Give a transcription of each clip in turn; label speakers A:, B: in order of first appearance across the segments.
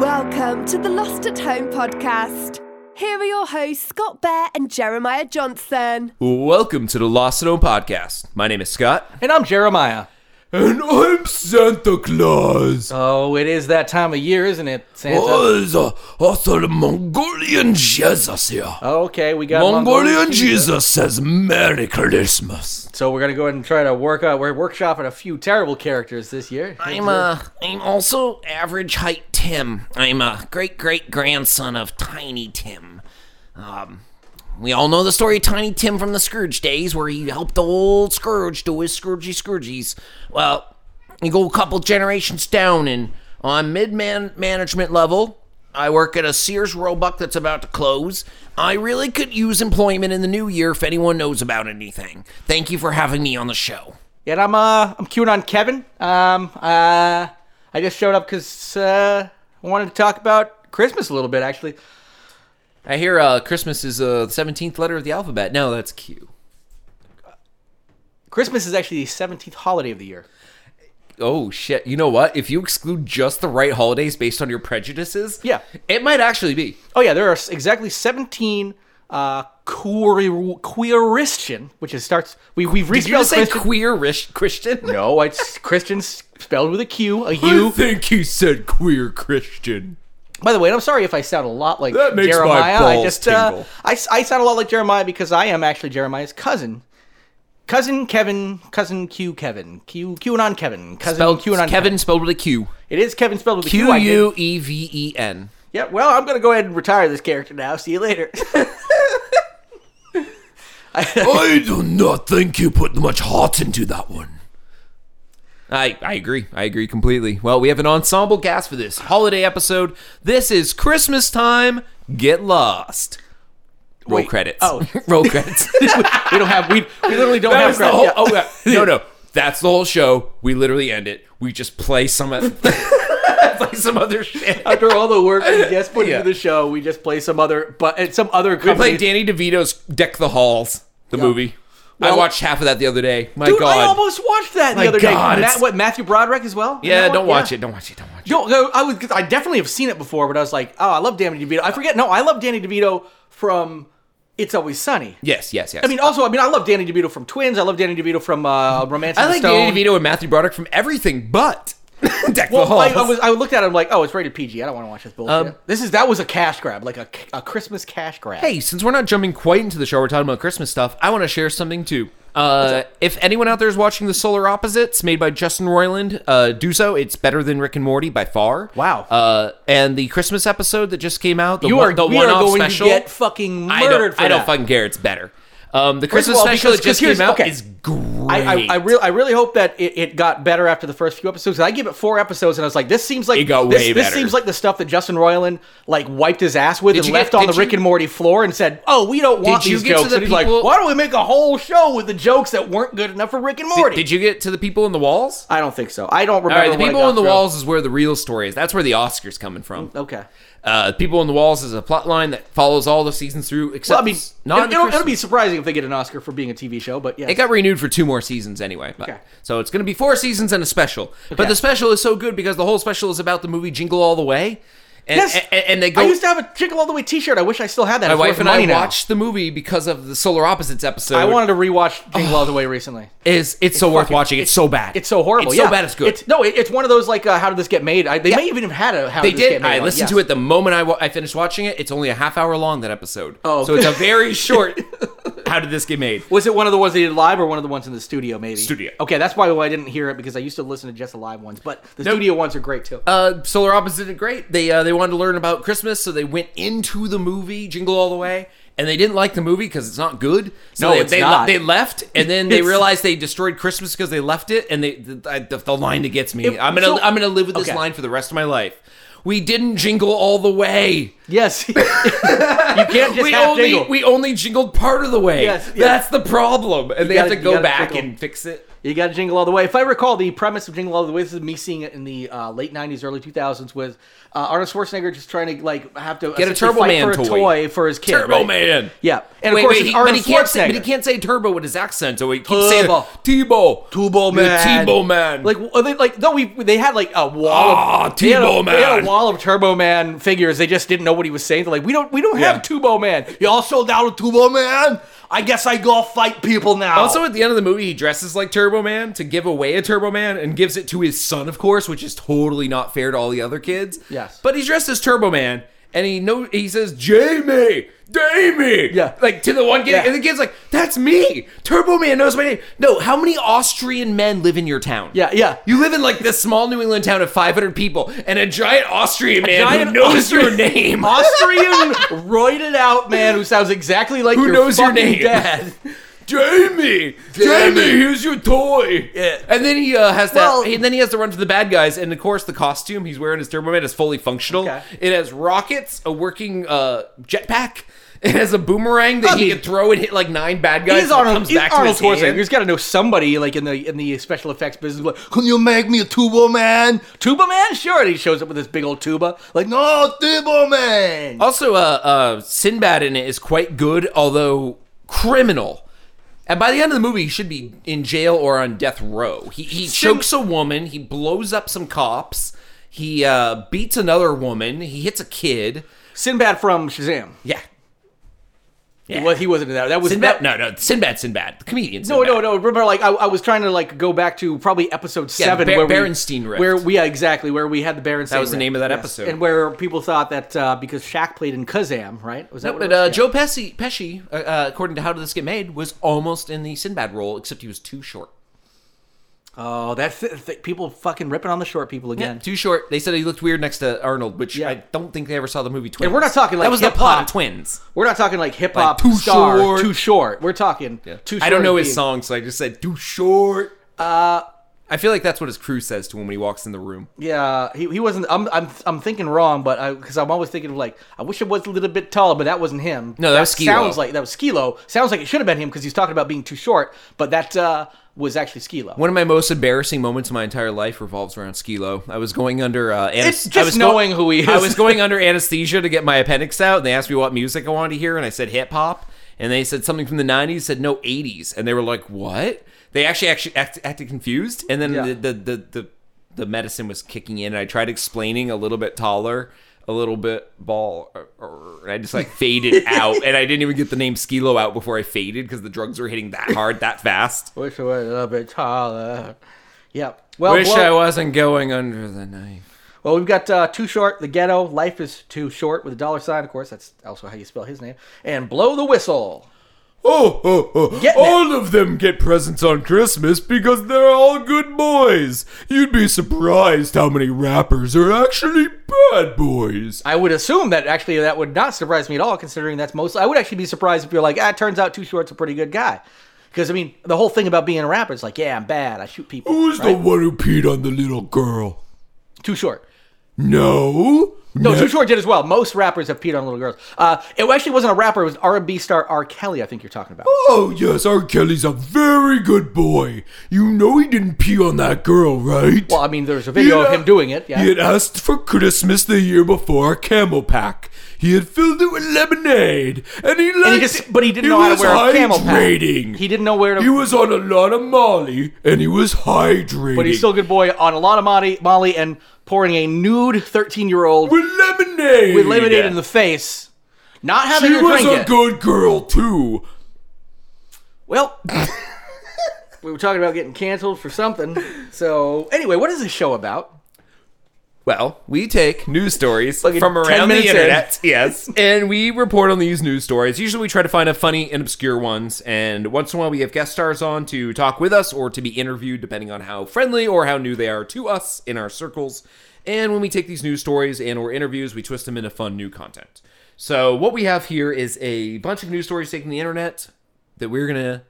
A: Welcome to the Lost at Home podcast. Here are your hosts, Scott Bear and Jeremiah Johnson.
B: Welcome to the Lost and Home podcast. My name is Scott,
C: And I'm Jeremiah.
B: and I'm Santa Claus.
C: Oh, it is that time of year, isn't it, Santa?
B: is a, also the Mongolian Jesus here.
C: Okay, we got
B: Jesus says Merry Christmas.
C: So we're gonna go ahead and try to work out. We're workshopping a few terrible characters this year.
D: I'm uh, I'm also average height Tim. I'm a great great grandson of Tiny Tim. Um, we all know the story of Tiny Tim from the Scrooge days, where he helped old Scrooge do his Scroogey Scroogies. Well, you go a couple generations down, and on mid man management level, I work at a Sears Roebuck that's about to close. I really could use employment in the new year if anyone knows about anything. Thank you for having me on the show.
C: And I'm uh, I'm queuing on Kevin. Um, uh, I just showed up because uh, I wanted to talk about Christmas a little bit, actually.
B: I hear uh, Christmas is uh, the 17th letter of the alphabet. No, that's Q.
C: Christmas is actually the 17th holiday of the year.
B: Oh, shit. You know what? If you exclude just the right holidays based on your prejudices,
C: Yeah.
B: it might actually be.
C: Oh yeah, there are s- exactly 17 uh, queer Christian, which is starts. We we've
B: Did you
C: respelled
B: just say
C: Christian.
B: queer rish- Christian?
C: No, it's Christian spelled with a Q, a U.
B: think he said queer Christian.
C: By the way, and I'm sorry if I sound a lot like
B: That makes my
C: Jeremiah. I
B: balls
C: just uh,
B: tingle.
C: I, s- I sound a lot like Jeremiah because I am actually Jeremiah's cousin. Cousin Kevin, cousin Q Kevin, Q QAnon Kevin, cousin
B: Spelled
C: QAnon
B: Kevin spelled with a Q.
C: It is Kevin spelled with a Q.
B: Q
C: I think.
B: U E V E N.
C: Yeah, well, I'm gonna go ahead and retire this character now. See you later.
B: I do not think you put much heart into that one. I, I agree. I agree completely. Well, we have an ensemble cast for this holiday episode. This is Christmas time. Get lost. Roll
C: Wait.
B: credits.
C: Oh.
B: roll credits.
C: we don't have we, we literally don't
B: that
C: have
B: was the
C: credits.
B: whole.
C: Yeah.
B: Oh, yeah. no, no. That's the whole show. We literally end it. We just play some. play some other shit.
C: After all the work we just put
B: Yeah.
C: into the show, we just play some other but and some other
B: We play
C: company.
B: Danny DeVito's "Deck the Halls," the movie. I
C: Well-
B: watched half of that the other day. My
C: Dude,
B: God.
C: I almost watched that
B: My
C: the other
B: God,
C: day.
B: it's-
C: Matt, what Matthew Broderick as well?
B: yeah, don't watch it. Don't watch it. Don't watch it.
C: No, no, I was. I definitely have seen it before, but I was like, oh, I love Danny DeVito. I forget. No, I love Danny DeVito from It's Always Sunny.
B: Yes, yes, yes.
C: I mean, also, I mean, I love Danny DeVito from Twins. I love Danny DeVito from uh, Romance
B: I
C: in the
B: like
C: Stone.
B: Danny DeVito and Matthew Broderick from everything, but Deck the
C: Well, I,
B: Halls.
C: I was. I looked at it. I'm like, oh, it's rated PG. I don't want to watch this bullshit. this is that was a cash grab, like a, a Christmas cash grab.
B: Um, hey, since we're not jumping quite into the show, we're talking about Christmas stuff. I want to share something too. Uh, if anyone out there is watching The Solar Opposites, made by Justin Roiland, uh, do so. It's better than Rick and Morty by far.
C: Wow.
B: Uh, and the Christmas episode that just came out, the
C: you
B: one,
C: are.
B: the
C: we are
B: one-off
C: going
B: special,
C: to get fucking murdered
B: I don't,
C: for
B: I don't
C: that.
B: fucking care. It's better. Um, the Christmas
C: all,
B: special
C: because-
B: that just
C: because
B: came out
C: here's- okay.
B: is great.
C: I, I, I really, I really hope that it, it got better after the first few episodes. I give it four episodes, and I was like, this seems like
B: It got
C: this,
B: way
C: this
B: better.
C: seems like the stuff that Justin Roiland like wiped his ass with
B: Did
C: and
B: you get-
C: left on the
B: did
C: Rick
B: you-
C: and Morty floor and said, "Oh, we don't want
B: Did you
C: these
B: get to
C: jokes."
B: the
C: and he's like,
B: people-
C: "Why don't we make a whole show with the jokes that weren't good enough for Rick and Morty?"
B: Did you get to the people in the walls?
C: I don't think so. I don't
B: All
C: remember.
B: right, the
C: what I
B: people
C: got
B: on the
C: through.
B: walls is where the real story is. That's where the Oscars coming from.
C: Mm, Okay.
B: Uh, people on the walls is a plot line that follows all the seasons through, except
C: Well, I mean,
B: not
C: it,
B: the
C: it'll, it'll be
B: Christmas.
C: surprising if they get an Oscar for being a TV show, but yeah,
B: It got renewed for two more seasons anyway. But,
C: Okay.
B: So it's going to be four seasons and a special. But
C: Okay.
B: the special is so good because the whole special is about the movie Jingle All the Way. And,
C: Yes.
B: and, and they go.
C: I used to have a Jingle All the Way T-shirt. I wish I still had that.
B: my
C: It's worth
B: wife and I
C: money now.
B: watched the movie because of the Solar Opposites episode.
C: I wanted to rewatch Jingle All the Way recently.
B: is it's, so worth
C: fucking-
B: watching. It's, so bad.
C: It's so horrible.
B: It's
C: yeah.
B: so bad. It's good.
C: no, it, it's one of those like, uh, how did this get made? I, they may even have had a how
B: they
C: did this
B: did.
C: get made.
B: I
C: on,
B: listened
C: yes.
B: to it the moment I, wa- I finished watching it. It's only a half hour long that episode.
C: Oh.
B: so it's a very short. how did this get made?
C: Was it one of the ones they did live or one of the ones in the studio? Maybe
B: Studio.
C: Okay, that's probably why I didn't hear it because I used to listen to just the live ones, but the
B: Nope.
C: studio ones are great too.
B: Uh, Solar Opposite did great. They uh, they wanted to learn about Christmas, so they went into the movie Jingle All the Way, and they didn't like the movie because it's not good. So
C: No,
B: they,
C: it's
B: they,
C: not.
B: they left, and then they
C: It's-
B: realized they destroyed Christmas because they left it, and they the, I- the, the line that gets me. I'm gonna
C: so-
B: I'm gonna live with this
C: okay.
B: line for the rest of my life. We didn't jingle all the way.
C: Yes. you can't just
B: we
C: half
B: only
C: jingle.
B: we only jingled part of the way.
C: Yes, yes.
B: That's the problem, and they have
C: gotta-
B: to
C: you
B: go
C: gotta
B: back
C: jingle.
B: and fix it.
C: You got to jingle all the way. If I recall, the premise of Jingle All the Way, this is me seeing it in the uh, late '90s, early 2000s, was uh, Arnold Schwarzenegger just trying to like have to
B: Get a
C: essentially
B: Turbo
C: fight
B: Man
C: for a
B: toy.
C: toy for his kid.
B: Turbo
C: right?
B: Man.
C: Yeah, and of course it's
B: he-
C: Arnold
B: but he can't say,
C: Schwarzenegger.
B: but he can't say turbo with his accent, so he keeps
C: Turbo.
B: saying Tebow,
C: Tubo man,
B: Tebow man.
C: Like are they, like no, we they had like a wall.
B: Ah,
C: of, they had a-
B: Tebow
C: They had
B: man.
C: a wall of Turbo Man figures. They just didn't know what he was saying. They're like, we don't we don't have Tubo Man. You all sold out of Tubo Man. I guess I go fight people now.
B: also at the end of the movie, he dresses like Turbo Man to give away a Turbo Man and gives it to his son, of course, which is totally not fair to all the other kids.
C: Yes.
B: but he's dressed as Turbo Man, and he know he says Jamie, Jamie,
C: Yeah.
B: like to the one kid,
C: Yeah.
B: and the kid's like, "That's me, Turbo Man knows my name." No, how many Austrian men live in your town?
C: yeah, yeah.
B: You live in like this small New England town of 500 people, and a giant Austrian man
C: giant
B: who knows your
C: Austrian-
B: name.
C: Austrian roided out man who sounds exactly like
B: who
C: your
B: knows your
C: fucking
B: name?
C: dad.
B: Jamie, Jamie, here's your toy.
C: Yeah.
B: And then he uh, has that,
C: Well-
B: and then he has to run to the bad guys. And of course, the costume he's wearing his Turbo Man is fully functional.
C: Okay.
B: It has rockets, a working uh, jetpack. It has a boomerang that
C: I
B: he
C: mean-
B: can throw and hit like nine bad guys.
C: He's
B: and it
C: Arnold,
B: comes
C: he's
B: back
C: Arnold
B: to his
C: Schwarzenegger.
B: hand.
C: He's got to know somebody like in the in the special effects business. Like, can you make me a tuba man? Tuba man? Sure. And he shows up with this big old tuba. Like, no, tuba man.
B: Also, uh, uh, Sinbad in it is quite good, although criminal. And by the end of the movie, he should be in jail or on death row. He, he chokes a woman. He blows up some cops. He uh, beats another woman. He hits a kid.
C: Sinbad from Shazam.
B: Yeah. Yeah.
C: Well, he wasn't in that. That was
B: Sinbad?
C: that-
B: No, no. Sinbad, Sinbad. The comedian.
C: No,
B: Sinbad.
C: no, no. Remember, like I, I was trying to like go back to probably episode seven,
B: Ber-
C: where we-
B: Berenstain Rift.
C: where we yeah, exactly where we had the Berenstein.
B: was the name of that episode.
C: and where people thought that uh, because Shaq played in Kazam, right? Was that? what it
B: But uh,
C: was?
B: Joe Pesci, Pesci uh, uh, according to How Did This Get Made, was almost in the Sinbad role, except he was too short.
C: oh, that's th- th- people fucking ripping on the short people
B: Yeah,
C: again.
B: too short. They said he looked weird next to Arnold, which
C: Yeah.
B: I don't think they ever saw the movie Twins.
C: we're not talking, like,
B: that was the
C: hip-hop.
B: plot of Twins.
C: We're not talking like hip hop
B: Like, too
C: star
B: short.
C: too short. We're talking too short.
B: I don't know
C: of
B: his
C: being-
B: song, so I just said too short. Uh, I feel like that's what his crew says to him when he walks in the room.
C: Yeah, he, he wasn't. I'm I'm I'm thinking wrong, but I because I'm always thinking of like I wish it was a little bit taller, but that wasn't him.
B: No, that was Skee-Lo.
C: sounds like that was Skilo. Sounds like it should have been him because he's talking about being too short, but that uh, was actually Skilo.
B: One of my most embarrassing moments of my entire life revolves around Skilo. I was going under uh, anes-
C: It's just
B: I was
C: knowing who he is.
B: I was going under anesthesia to get my appendix out, and they asked me what music I wanted to hear, and I said hip hop, and they said something from the '90s, said no '80s, and they were like, "What?" They actually actually act, acted confused, and then
C: Yeah.
B: the, the the the the medicine was kicking in, and I tried explaining a little bit taller. A little bit ball, or, or- and I just like faded out, and I didn't even get the name Skilo out before I faded because the drugs were hitting that hard, that fast.
C: wish it was a little bit taller. Yeah. Well,
B: Wish I
C: well,
B: wasn't going under the knife.
C: well, we've got uh, Too Short, The Ghetto, Life is Too Short with a dollar sign, of course. That's also how you spell his name. And Blow the Whistle.
B: Oh, oh, oh.
C: Getting it.
B: all of them get presents on Christmas because they're all good boys. You'd be surprised how many rappers are actually bad boys.
C: I would assume that actually that would not surprise me at all, considering that's mostly. I would actually be surprised if you're like, ah, it turns out Too Short's a pretty good guy. Because, I mean, the whole thing about being a rapper is like, yeah, I'm bad. I shoot people.
B: Who's the one who peed on the little girl?
C: Too Short.
B: No.
C: No, Too Short did as well. Most rappers have peed on little girls. Uh, it actually wasn't a rapper. It was R&B star R. Kelly, I think you're talking about.
B: Oh, yes, R. Kelly's a very good boy. You know he didn't pee on that girl, right?
C: Well, I mean, there's a video of
B: Yeah.
C: him doing it. Yeah.
B: He had asked for Christmas the year before a camel pack. He had filled it with lemonade, and he liked
C: And he just, but he didn't know how to
B: was
C: wear a camel pack.
B: hydrating.
C: He didn't know where to.
B: He was on a lot of Molly, and he was hydrating.
C: but he's still a good boy on a lot of Molly, Molly and pouring a nude 13 year old
B: with lemonade.
C: with lemonade in the face, not having
B: She
C: a
B: was
C: drink.
B: a
C: yet.
B: good girl too.
C: Well, we were talking about getting canceled for something. So anyway, what is this show about?
B: Well, we take news stories
C: Fucking
B: from
C: 10
B: around the
C: minutes in.
B: internet, yes, and we report on these news stories. Usually, we try to find a funny and obscure ones, and once in a while, we have guest stars on to talk with us or to be interviewed, depending on how friendly or how new they are to us in our circles. And when we take these news stories and or interviews, we twist them into fun new content. So what we have here is a bunch of news stories taken from the internet that we're gonna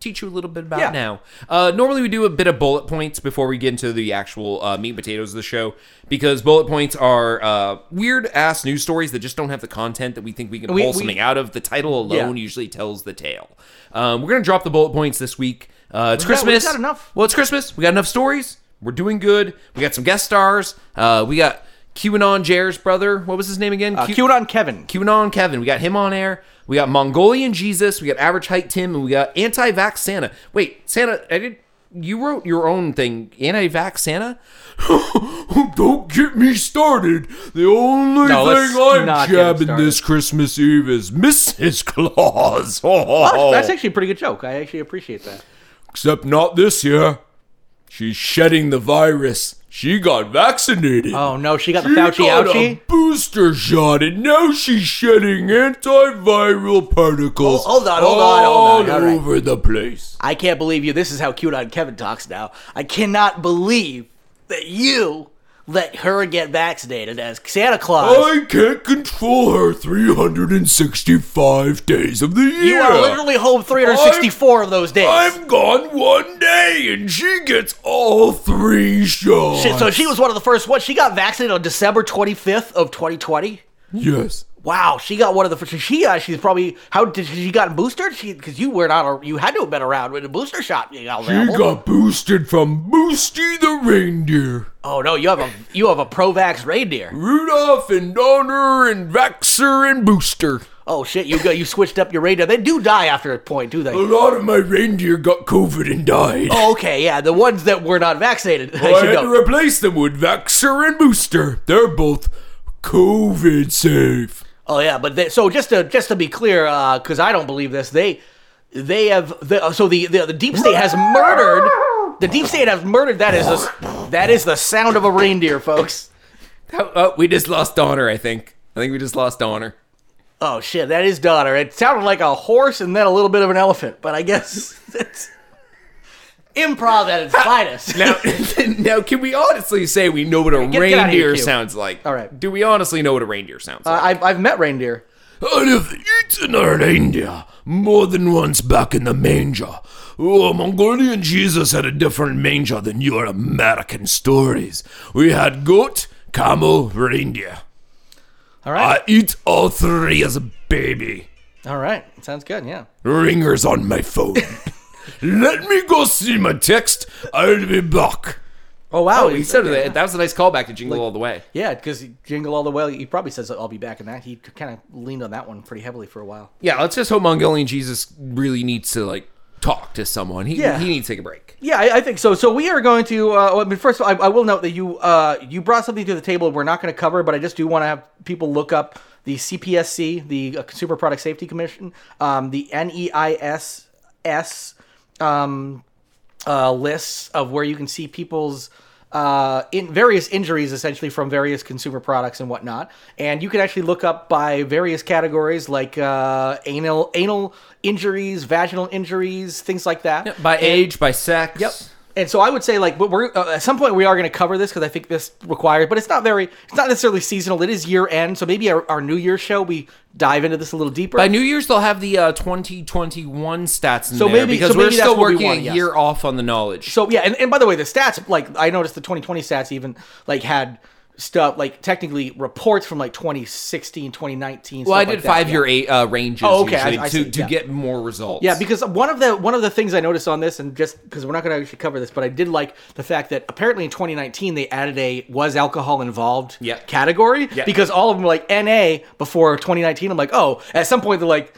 B: teach you a little bit about
C: Yeah.
B: now. Uh, normally, we do a bit of bullet points before we get into the actual uh, meat and potatoes of the show because bullet points are uh, weird ass news stories that just don't have the content that we think we can
C: We-
B: pull
C: we-
B: something out of. The title alone
C: Yeah.
B: usually tells the tale. Um, we're gonna drop the bullet points this week. Uh, it's
C: We've got- we've
B: Christmas.
C: got enough.
B: Well, it's Christmas. We got enough stories. We're doing good. We got some guest stars. Uh, we got QAnon Jair's brother. What was his name again?
C: Uh,
B: Q-
C: QAnon Kevin.
B: QAnon Kevin. We got him on air. We got Mongolian Jesus. We got Average Height Tim, and we got Anti-Vax Santa. Wait, Santa, I did. You wrote your own thing, Anti-Vax Santa. Don't get me started. The only
C: No, let's
B: thing
C: not
B: I'm
C: get him
B: jabbing this Christmas Eve is Mrs. Claus.
C: Oh, that's actually a pretty good joke. I actually appreciate that.
B: Except not this year. She's shedding the virus. She got vaccinated.
C: Oh no, she got the
B: She
C: Fauci
B: got
C: ouchie.
B: a booster shot, and now she's shedding antiviral particles
C: Oh, hold on, hold on, hold on,
B: all
C: all right.
B: over the place.
C: I can't believe you. This is how QAnon Kevin talks now. I cannot believe that you let her get vaccinated as Santa Claus.
B: I can't control her 365 days of the year.
C: you are literally home 364 of those days.
B: I'm gone one day, and she gets all three shots.
C: Shit, so she was one of the first ones. She got vaccinated on December 25th of 2020.
B: yes.
C: Wow, she got one of the first. She uh, she's probably how did she got boosted? She because you were not a, you had to have been around when the booster shot. You know,
B: She got boosted from Boosty the reindeer.
C: oh no, you have a you have a pro-vax reindeer.
B: Rudolph and Donner and Vaxer and Booster.
C: Oh shit, you go, you switched up your radar. They do die after a point, do they?
B: A lot of my reindeer got COVID and died.
C: Oh, okay, yeah, the ones that were not vaccinated. I
B: I
C: should
B: had to
C: know.
B: replace them with Vaxer and Booster. They're both COVID safe.
C: oh yeah, but they, so just to just to be clear, because I don't believe this, they they have the, uh, so the, the the deep state has murdered the deep state has murdered. That is a s that is the sound of a reindeer, folks.
B: Oh, we just lost Donner, I think. I think we just lost Donner.
C: Oh shit, that is daughter. It sounded like a horse and then a little bit of an elephant, but I guess that's improv at its finest.
B: Now, now, can we honestly say we know what a
C: get- get out of here,
B: reindeer
C: Q.
B: sounds like? All
C: right.
B: Do we honestly know what a reindeer sounds like?
C: Uh, I've, I've met reindeer.
B: And if eaten a reindeer more than once back in the manger. Oh, Mongolian Jesus had a different manger than your American stories. We had goat, camel, reindeer.
C: All right,
B: I eat all three as a baby.
C: all right, sounds good. Yeah.
B: Ringers on my phone. Let me go see my text. I'll be back.
C: Oh wow,
B: He said that. That was a nice callback to Jingle All the Way.
C: Yeah, because Jingle All the Way, he probably says, I'll be back in that. He kind of leaned on that one pretty heavily for a while.
B: Yeah, let's just hope Mongolian Jesus really needs to like talk to someone. He
C: Yeah.
B: he needs to take a break.
C: Yeah, I, I think so. So we are going to. Uh, well, I mean, first of all, I, I will note that you uh, you brought something to the table we're not going to cover, but I just do want to have people look up the CPSC, the uh, Consumer Product Safety Commission, um, the NEISS um, uh, lists of where you can see people's uh, in various injuries, essentially from various consumer products and whatnot. And you can actually look up by various categories like uh, anal anal injuries, vaginal injuries, things like that.
B: By age, by sex.
C: Yep. And so I would say, like, but we're uh, at some point we are going to cover this because I think this requires, but it's not very, it's not necessarily seasonal. It is year end, so maybe our, our New Year's show we dive into this a little deeper.
B: By New Year's, they'll have the uh, 2021 stats in
C: So
B: there
C: maybe-
B: because
C: so
B: we're
C: maybe that's
B: still
C: what we
B: working
C: want,
B: a
C: yes.
B: year off on the knowledge.
C: so yeah, and, and by the way, the stats, like I noticed the 2020 stats even like had stuff like technically reports from like 2016, 2019.
B: well, I
C: stuff
B: did
C: like that,
B: five
C: yeah.
B: year eight, uh, ranges
C: Oh, okay, I-
B: usually
C: I
B: to,
C: see,
B: to
C: yeah.
B: get more results.
C: Yeah, because one of the one of the things I noticed on this, and just because we're not going to actually cover this, but I did like the fact that apparently in 2019 they added a was alcohol involved
B: Yeah.
C: category
B: Yeah.
C: because all of them were like NA before 2019. I'm like, oh, at some point they're like,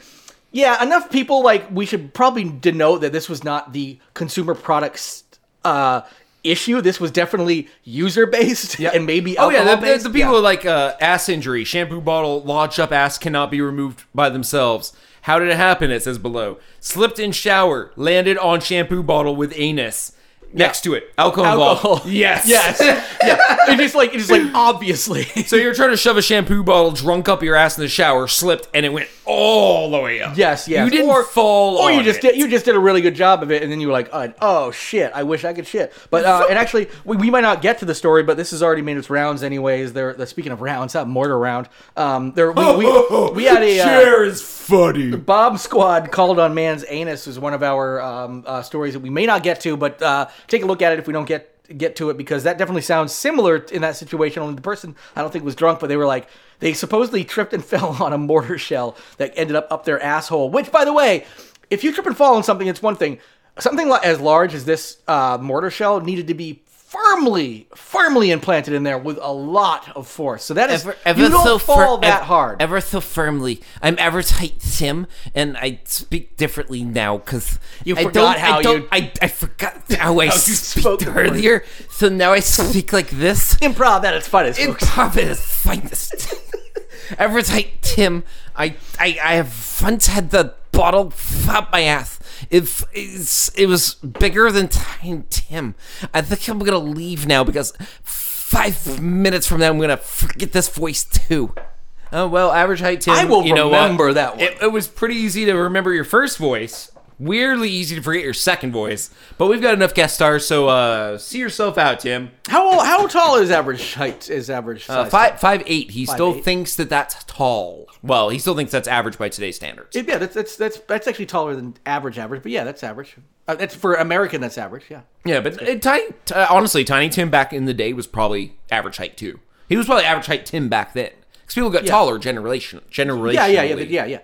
C: yeah, enough people like we should probably denote that this was not the consumer products. Uh, issue this was definitely user based and maybe
B: oh yeah, the,
C: alcohol-based.
B: the people
C: Yeah.
B: are like uh, ass injury, shampoo bottle lodged up ass cannot be removed by themselves. How did it happen? It says below. Slipped in shower, landed on shampoo bottle with anus next to it. Alcohol. involved.
C: alcohol
B: Yes.
C: yes yeah it's just like it's just like obviously
B: So you're trying to shove a shampoo bottle drunk up your ass in the shower, slipped, and it went all the way up.
C: Yes, yes.
B: You didn't
C: Or-
B: fall.
C: Or you
B: on
C: just
B: it.
C: did you just did a really good job of it, and then you were like, oh, oh shit, I wish I could shit. But uh, and actually, we, we might not get to the story, but this has already made its rounds anyways. There, the- speaking of rounds, that mortar round. Um, there we we, we had a. Uh,
B: Share is funny.
C: Bob Squad called on man's anus is one of our um, uh, stories that we may not get to, but uh, take a look at it if we don't get get to it because that definitely sounds similar in that situation. Only the person I don't think was drunk, but they were like they supposedly tripped and fell on a mortar shell that ended up up their asshole. Which, by the way, if you trip and fall on something, it's one thing. Something li- as large as this uh, mortar shell needed to be firmly, firmly implanted in there with a lot of force. So that is
D: ever,
C: you
D: ever
C: don't
D: so fir-
C: fall that
D: ev-
C: hard.
D: Ever so firmly. I'm ever tight Tim, and I speak differently now because
C: You
D: I
C: forgot
D: don't,
C: how
D: I don't,
C: you-
D: I, I forgot how I
C: spoke
D: spoke
C: before.
D: earlier. So now I speak like this.
C: Improv that it's fun as
D: In pop at its finest. ever tight Tim. I, I I have once had the bottle up my ass. If it's, it was bigger than Time Tim, I think I'm gonna leave now because five minutes from now I'm gonna forget this voice too.
B: Oh well, average height Tim.
C: I will
B: you know what?
C: remember that one.
B: It, it was pretty easy to remember your first voice. Weirdly easy to forget your second voice. But we've got enough guest stars, so uh, see yourself out, Tim.
C: How old, how tall is average height? Is average
B: Uh,
C: size?
B: five five eight. He still
C: eight.
B: thinks that that's tall. Well, he still thinks that's average by today's standards.
C: Yeah, that's that's that's that's actually taller than average average, but yeah, that's average. Uh, that's for American. That's average. Yeah.
B: Yeah, but uh, Tiny, t- uh, honestly, Tiny Tim back in the day was probably average height too. He was probably average height Tim back then because people got taller generation generationally.
C: Yeah, yeah, yeah, but yeah, yeah.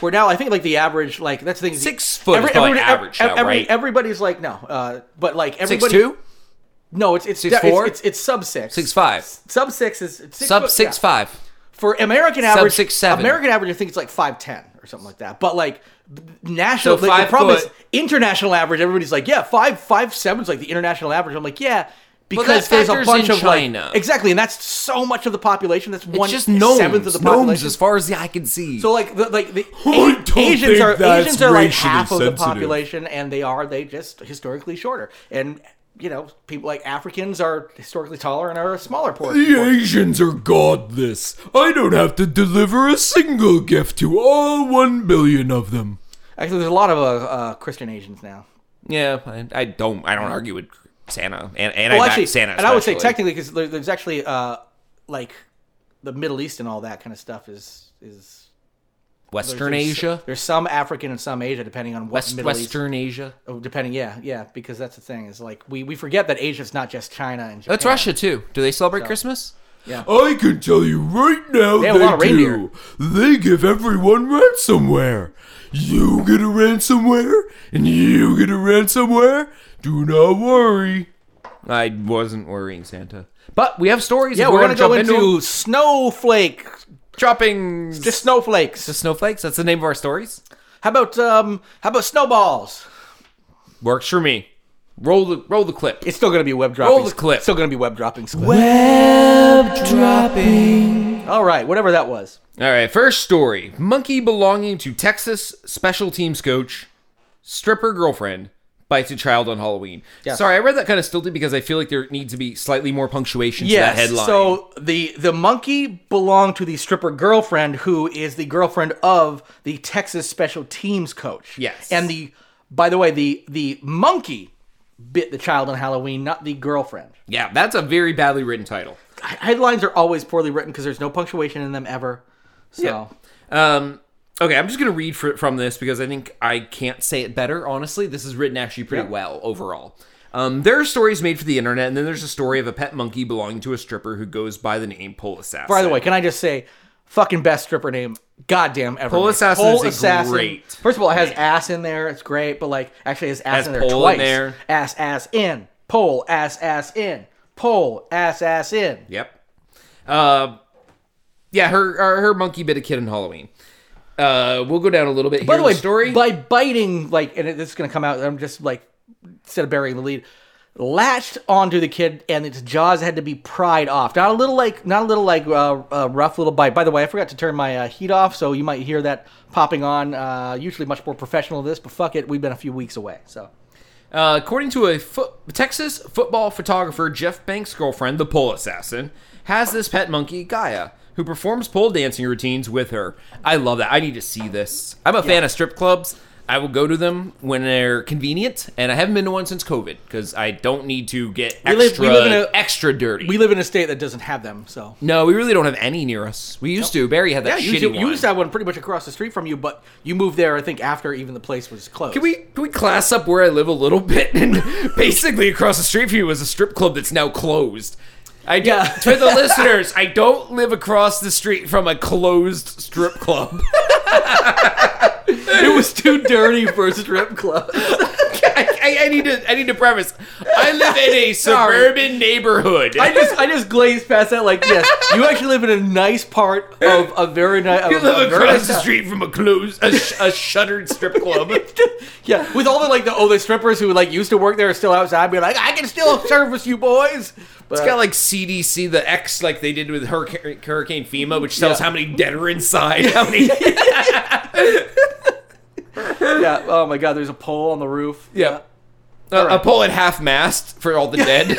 C: Where now I think like the average like that's the thing.
B: Six foot is probably average now, right?
C: Everybody's like no, uh, but like
B: Six
C: everybody.
B: two,
C: No, it's it's
B: Six
C: it's-
B: four?
C: It's, it's sub six.
B: six five,
C: Sub six is it's six
B: sub
C: foot-
B: six
C: yeah.
B: five.
C: for American average.
B: six seven.
C: American average, I think it's like five ten or something like that. But like b- national,
B: So
C: like,
B: five
C: the problem
B: foot-
C: is international average. Everybody's like, yeah, five five seven's like the international average. I'm like, yeah. Because
B: that
C: there's a
B: factors
C: bunch
B: in
C: of like-
B: China.
C: exactly, and that's so much of the population. That's
B: It's
C: one
B: just gnomes.
C: seventh of the
B: gnomes,
C: population.
B: as far as the eye can see.
C: so like, the, like the
B: don't
C: Asians
B: think
C: are
B: that's
C: Asians are like half
B: racially
C: of
B: sensitive.
C: the population, and they are they just historically shorter. And you know, people like Africans are historically taller and are a smaller portion.
E: The Asians are godless. I don't have to deliver a single gift to all one billion of them.
C: Actually, there's a lot of uh, uh, Christian Asians now.
B: yeah, I, I don't, I don't argue with Santa and, and
C: well,
B: I
C: actually,
B: back Santa.
C: and I would say
B: especially.
C: technically because there, there's actually uh, like the Middle East and all that kind of stuff is is
B: Western
C: there's-
B: Asia,
C: There's some African and some Asia, depending on what
B: West,
C: Middle East.
B: Western Asia.
C: Oh, depending, yeah, yeah, because that's the thing is like we we forget that Asia's not just China and Japan.
B: That's Russia too. Do they celebrate Christmas?
E: I can tell you right now
C: They
E: they,
C: have a lot of reindeer.
E: do. They give everyone ransomware. You get a ransomware, and you get a ransomware. Do not worry.
B: I wasn't worrying Santa, but we have stories.
C: Yeah,
B: and
C: we're gonna
B: gonna
C: go
B: jump
C: into snowflake,
B: dropping
C: just snowflakes.
B: snowflakes. That's the name of our stories.
C: How about um, how about snowballs?
B: Works for me. Roll the roll the clip.
C: It's still gonna be web dropping.
B: the clip.
C: Still gonna be web dropping. Web dropping. All right, whatever that was.
B: All right, first story. Monkey belonging to Texas special teams coach, stripper girlfriend bites a child on Halloween. Sorry, I read that kind of stilted because I feel like there needs to be slightly more punctuation to
C: Yes.
B: that headline.
C: So the the monkey belonged to the stripper girlfriend, who is the girlfriend of the Texas special teams coach.
B: Yes.
C: And the by the way, the the monkey bit the child on Halloween, not the girlfriend.
B: yeah, that's a very badly written title.
C: H- Headlines are always poorly written because there's no punctuation in them ever. So
B: Um okay, I'm just going to read fr from this because I think I can't say it better, honestly. This is written actually pretty well overall. Um, there are stories made for the internet, and then there's a story of a pet monkey belonging to a stripper who goes by the name Polisas.
C: by the way, can I just say fucking best stripper name goddamn ever.
B: Pole
C: made.
B: Assassin
C: Pole
B: is a great
C: First of all, it has ass in there, it's great, but like actually it has ass
B: Has
C: in there
B: pole in
C: twice.
B: there.
C: Ass ass in. Pole ass ass in. Pole ass ass in.
B: Yep. Uh, yeah, her her, her monkey bit a kid on Halloween. Uh, we'll go down a little bit.
C: By the way,
B: story.
C: by biting like and it, this is gonna come out, I'm just like instead of burying the lead. Latched onto the kid, and its jaws had to be pried off. Not a little like, not a little like uh, uh, rough little bite. By the way, I forgot to turn my uh, heat off, so you might hear that popping on. Uh, usually much more professional than this, but fuck it, we've been a few weeks away. So
B: Uh, according to a foot, Texas football photographer, Jeff Banks' girlfriend, the pole assassin, has this pet monkey, Gaia, who performs pole dancing routines with her. I love that. I need to see this. I'm a fan of strip clubs. I will go to them when they're convenient, and I haven't been to one since COVID because I don't need to get
C: We live-
B: extra
C: we live in a-
B: extra dirty.
C: We live in a state that doesn't have them, so
B: no, we really don't have any near us. We used to. Barry had
C: yeah,
B: that
C: you
B: shitty
C: used, to,
B: one.
C: you used to have one pretty much across the street from you, but you moved there, I think, after even the place was closed.
B: Can we can we class up where I live a little bit? And basically, across the street from you is a strip club that's now closed. I do,
C: Yeah.
B: to the listeners, I don't live across the street from a closed strip club.
C: It was too dirty for a strip club.
B: I, I, I need to I need to preface. I live in a suburban neighborhood.
C: I just I just glazed past that like yes, you actually live in a nice part of a very nice.
B: I live across the street from a closed a, sh- a shuttered strip club.
C: Yeah, with all the like the oh the strippers who like used to work there are still outside, be like I can still service you boys. But
B: It's got like CDC, the X, like they did with Hurricane, Hurricane FEMA, which tells
C: Yeah.
B: how many dead are inside, how many
C: yeah, oh my god, there's a pole on the roof.
B: Yeah.
C: All
B: A-
C: right.
B: A pole at half mast for all the dead.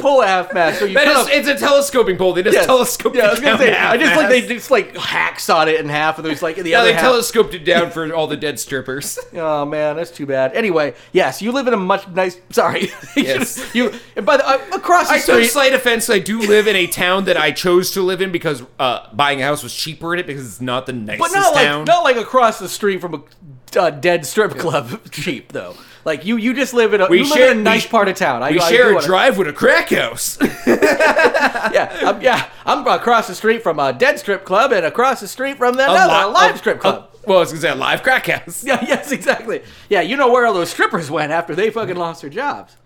C: pole at half mast. So you
B: That
C: cut
B: is,
C: off-
B: it's a telescoping pole. They just
C: Yes.
B: telescoped
C: Yeah, I
B: it
C: was gonna
B: down
C: say.
B: to half
C: I just like they
B: mast.
C: just like hacks on it in half, and there's like the
B: Yeah,
C: other
B: they
C: half.
B: telescoped it down for all the dead strippers.
C: Oh man, that's too bad. Anyway, yes, you live in a much nice. Sorry,
B: Yes.
C: you. And by the uh, across the
B: I took
C: street,
B: slight offense. I do live in a town that I chose to live in because uh, buying a house was cheaper in it because it's not the nicest
C: but not
B: town.
C: like not like across the street from a uh, dead strip club. Cheap though. Like you, you just live in a
B: We
C: you live
B: share-
C: in a nice
B: we sh-
C: part of town. I,
B: we
C: I
B: share
C: do
B: a
C: wanna-
B: drive with a crack house.
C: Yeah, I'm, yeah. I'm across the street from a dead strip club, and across the street from another
B: li-
C: live
B: a-
C: strip
B: a-
C: club.
B: well, I was gonna say a live crack house.
C: yeah, yes, exactly. Yeah, you know where all those strippers went after they fucking lost their jobs.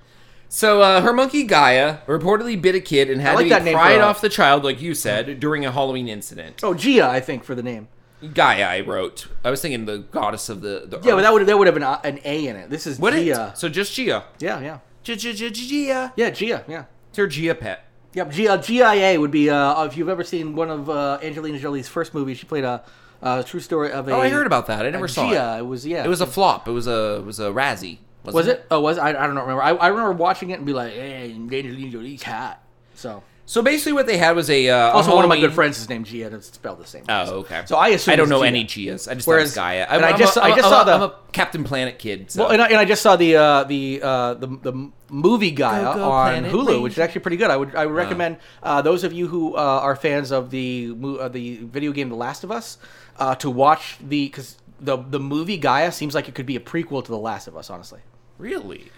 B: So uh, her monkey Gaia reportedly bit a kid and had
C: like
B: to
C: that
B: be
C: name for
B: pried
C: a-
B: off the child, like you said, during a Halloween incident.
C: Oh, Gia, I think for the name.
B: Gaia, I wrote. I was thinking the goddess of the, the
C: Yeah,
B: earth.
C: but that would that would have been a- an A in it. This is
B: What it-
C: Gia.
B: So just Gia.
C: Yeah, yeah,
B: Gia, Gia, Gia, Gia.
C: yeah, Gia. Yeah,
B: It's her Gia pet.
C: yep. uh, Gia, GIA would be uh, if you've ever seen one of uh, Angelina Jolie's first movies. She played a, a true story of a.
B: Oh, I heard about that. I never
C: a
B: saw
C: Gia.
B: it.
C: was yeah.
B: It was a flop. It was a it was a Razzie. wasn't
C: Was it? Oh, was I? I don't remember. I, I remember watching it and be like, "Hey, Angelina Jolie's hot." So
B: So basically, what they had was a uh, a
C: also one of my
B: Halloween-
C: good friends is named Gia. and It's spelled the same.
B: Oh, okay.
C: So I assume
B: I don't
C: it's
B: know
C: Gia.
B: any Gias. I just
C: Whereas-
B: thought it was Gaia.
C: and I
B: I'm-
C: just-
B: I'm
C: I
B: a-
C: just
B: I'm
C: saw
B: a-
C: the-
B: I'm a Captain Planet kid. So.
C: Well, and I, and I just saw the uh, the uh, the the movie Gaia
B: Go, go,
C: on
B: Planet
C: Hulu,
B: Ranger.
C: which is actually pretty good. I would I would recommend uh, those of you who uh, are fans of the mo- uh, the video game The Last of Us uh, to watch the because the the movie Gaia seems like it could be a prequel to The Last of Us. Honestly,
B: really?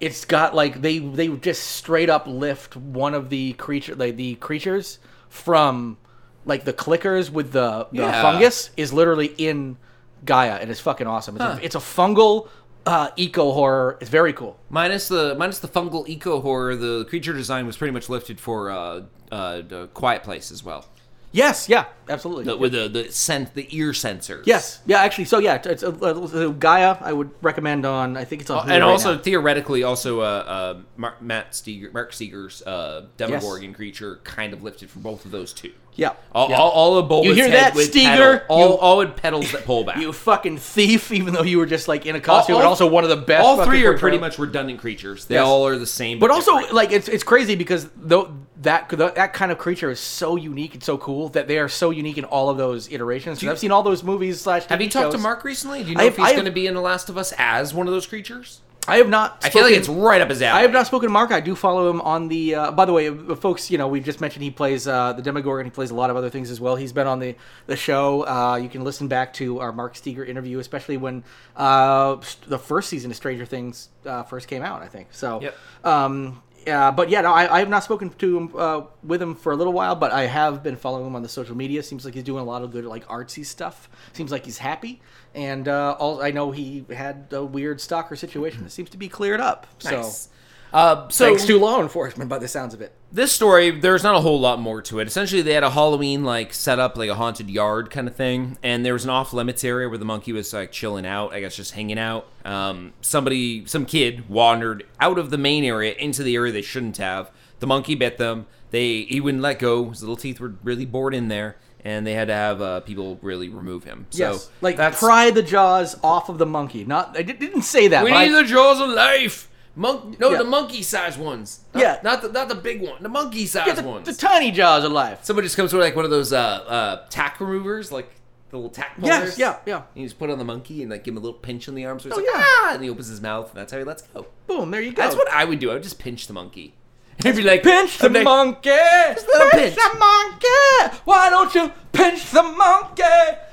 C: it's got like they they just straight up lift one of the creature like the creatures from like the clickers with the, the
B: Yeah.
C: fungus is literally in Gaia and it's fucking awesome. It's, a, it's a fungal uh, eco horror. It's very cool.
B: Minus the minus the fungal eco horror, the creature design was pretty much lifted for uh, uh, the Quiet Place as well.
C: Yes, yeah, absolutely.
B: The, with the the scent, the ear sensors.
C: yes, yeah, actually. So yeah, it's, uh, uh, Gaia. I would recommend on. I think it's on. Hulu
B: Oh, and
C: right
B: also
C: now.
B: theoretically, also uh, uh, Mar- Matt Steger, Mark Steger's uh, Demogorgon creature kind of lifted from both of those two.
C: Yeah,
B: all,
C: yeah.
B: all, all of Bulba's
C: You hear
B: head
C: that,
B: with
C: Steger?
B: pedal- all
C: You-
B: all with pedals that pull back.
C: you fucking thief. Even though you were just like in a costume,
B: all-
C: and also one of the best.
B: all
C: fucking
B: three are
C: portrayals.
B: pretty much redundant creatures. They
C: Yes.
B: all are the same,
C: But also,
B: different.
C: like it's it's crazy because though that that kind of creature is so unique and so cool that they are so unique in all of those iterations. 'Cause I've seen all those movies slash.
B: have
C: TV
B: you talked to
C: shows.
B: Mark recently? Do you know
C: I
B: if
C: have- I
B: he's
C: have-
B: going to be in The Last of Us as one of those creatures?
C: I have not.
B: I feel like
C: spoken-
B: it's right up his alley.
C: I have not spoken to Mark. I do follow him on the. Uh, by the way, uh, folks, you know we just mentioned he plays uh, the Demogorgon. He plays a lot of other things as well. He's been on the the show. Uh, you can listen back to our Mark Steger interview, especially when uh, st- the first season of Stranger Things uh, first came out. I think so.
B: Yep.
C: Um, uh, but yeah, no, I, I have not spoken to him uh, with him for a little while, but I have been following him on the social media. Seems like he's doing a lot of good, like artsy stuff. Seems like he's happy, and uh, all I know he had a weird stalker situation that seems to be cleared up. So
B: Nice. Uh, so
C: thanks to law enforcement by the sounds of it.
B: this story, there's not a whole lot more to it. Essentially, they had a Halloween like setup, like a haunted yard kind of thing, and there was an off limits area where the monkey was like chilling out, I guess just hanging out. Um, somebody, some kid, wandered out of the main area into the area they shouldn't have. The monkey bit them. They he wouldn't let go. His little teeth were really bored in there, and they had to have uh, people really remove him. So
C: yes, like
B: that's
C: pry the jaws off of the monkey. Not I di- didn't say that.
B: we
C: but I-
B: need the jaws of life. Monk, no,
C: Yeah.
B: the monkey-sized ones. Not-
C: Yeah.
B: not the not the big one. The monkey-sized
C: Yeah, the,
B: ones.
C: the tiny jaws of life.
B: Somebody just comes with like one of those uh, uh, tack removers, like the little tack
C: Yes,
B: pullers.
C: yeah, yeah.
B: And you just put it on the monkey and like give him a little pinch on the arm, so it's
C: Oh,
B: like
C: yeah.
B: ah, and he opens his mouth, and that's how he lets go.
C: Boom, there you go.
B: That's what I would do. I would just pinch the monkey. He'd be like,
C: Pinch the
B: I'm like,
C: monkey!
B: little
C: Pinch
B: pinch.
C: the monkey! Why don't you pinch the monkey?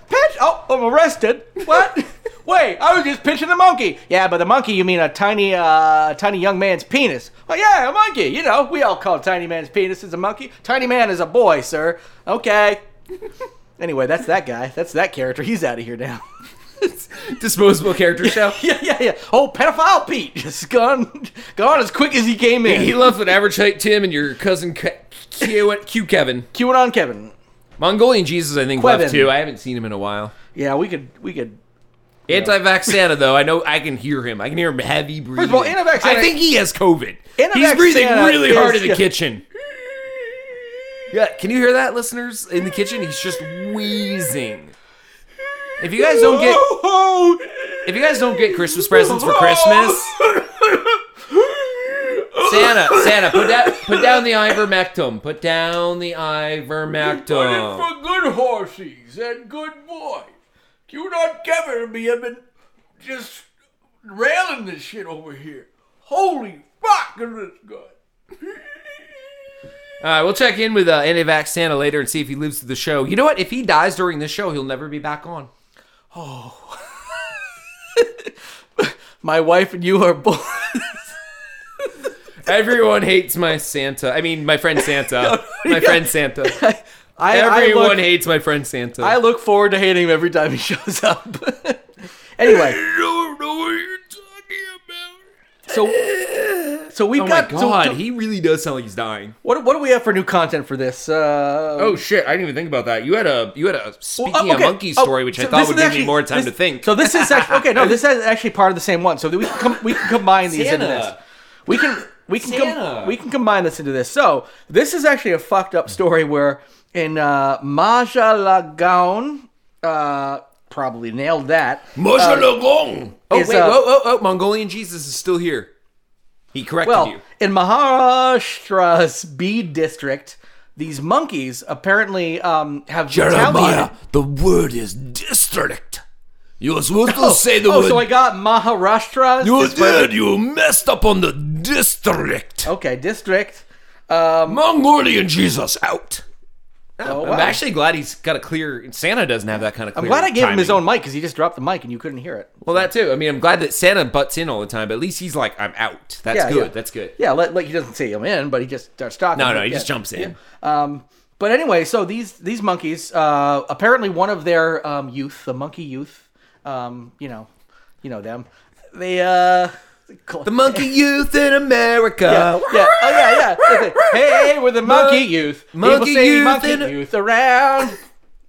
C: Pinch! Oh, I'm arrested. What? Wait, I was just pinching the monkey. Yeah, but the monkey, you mean a tiny, uh, tiny young man's penis? Well, yeah, a monkey. You know, we all call tiny man's penis is a monkey. Tiny man is a boy, sir. Okay. anyway, that's that guy. That's that character. He's out of here now.
B: Disposable character show.
C: yeah, yeah, yeah. Oh, pedophile Pete just gone, gone as quick as he came in.
B: He left with average height Tim and your cousin Ke- Q, Q Kevin.
C: QAnon Kevin.
B: Mongolian Jesus, I think,
C: Quevin.
B: left too. I haven't seen him in a while.
C: Yeah, we could, we could
B: Anti-vax Santa, though, I know I can hear him. I can hear him heavy breathing.
C: of all, anti-vax Santa-
B: I think he has COVID.
C: Anti-vax
B: He's breathing
C: Santa
B: really hard
C: is-
B: in the
C: yeah.
B: kitchen. Yeah, can you hear that, listeners? In the kitchen, he's just wheezing. If you guys don't get, if you guys don't get Christmas presents for Christmas, Santa, Santa, put that, put down the ivermectin. Put down the ivermectin.
E: For good horses and good boys. You not Kevin me have been just railing this shit over here. Holy fuck, this good.
B: All right, we'll check in with uh, Antivax Santa later and see if he lives through the show. You know what? If he dies during this show, he'll never be back on.
C: My wife and you are both.
B: Everyone hates my Santa. I mean, my friend Santa. my friend Santa.
C: I,
B: Everyone
C: I look,
B: hates my friend Santa.
C: I look forward to hating him every time he shows up. anyway,
E: don't know what you're talking about.
C: so so we've
B: oh my
C: got. so-
B: god,
C: so
B: he really does sound like he's dying.
C: what what do we have for new content for this? Uh,
B: Oh shit, I didn't even think about that. You had a you had a speaking
C: oh,
B: of
C: okay.
B: monkey
C: Oh,
B: story, which I
C: so
B: thought
C: this
B: would
C: is
B: give
C: actually-
B: me more time
C: this-
B: to think.
C: So this is actually okay. No, this is actually part of the same one. So we can com- we can combine these into this.
B: Santa.
C: We can we can com-
B: Santa.
C: we can combine this into this. So this is actually a fucked up story where in uh, Maja Lagaon, uh, probably nailed that.
E: Masha
C: uh,
E: Lagong.
B: oh
C: is,
B: wait,
C: uh,
B: oh oh oh, Mongolian Jesus is still here. He corrected
C: Well,
B: you.
C: in Maharashtra's B district, these monkeys apparently um, have
E: Jeremiah,
C: retaliated-
E: the word is district. You were supposed to say the
C: Oh,
E: word.
C: so I got Maharashtra.
E: you did. You messed up on the district.
C: Okay, district. Um,
E: Mongolian Jesus out.
C: oh, wow.
B: I'm actually glad he's got a clear. Santa doesn't have that kind of. Clear
C: I'm glad I gave him his
B: timing.
C: own mic because he just dropped the mic and you couldn't hear it.
B: Well, that too. I mean, I'm glad that Santa butts in all the time, but at least he's like, I'm out. That's
C: Yeah,
B: good.
C: yeah.
B: That's good.
C: Yeah, like, like he doesn't say I'm in, but he just starts talking.
B: No, no,
C: But
B: he
C: yeah.
B: just jumps in.
C: Um, but anyway, so these these monkeys, uh, apparently one of their um, youth, the monkey youth, um, you know, you know them. They uh,
B: The monkey youth in America.
C: yeah, yeah, oh yeah, yeah. They say, Hey, we're the monkey youth.
B: monkey
C: People say
B: youth
C: monkey
B: in a-
C: youth around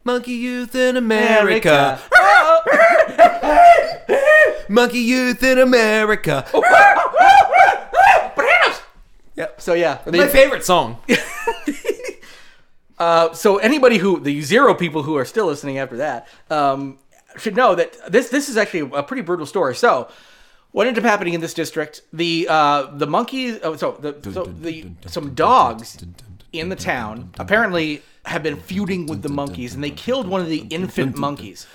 B: Monkey youth in
C: America.
B: America.
C: Oh,
B: Monkey youth in America.
C: Oh. so yeah,
B: My
C: they,
B: favorite song.
C: uh, so anybody who the zero people who are still listening after that um, should know that this this is actually a pretty brutal story. So. What ended up happening in this district? The uh, the monkeys. Oh, so the so the some dogs in the town apparently have been feuding with the monkeys, and they killed one of the infant monkeys.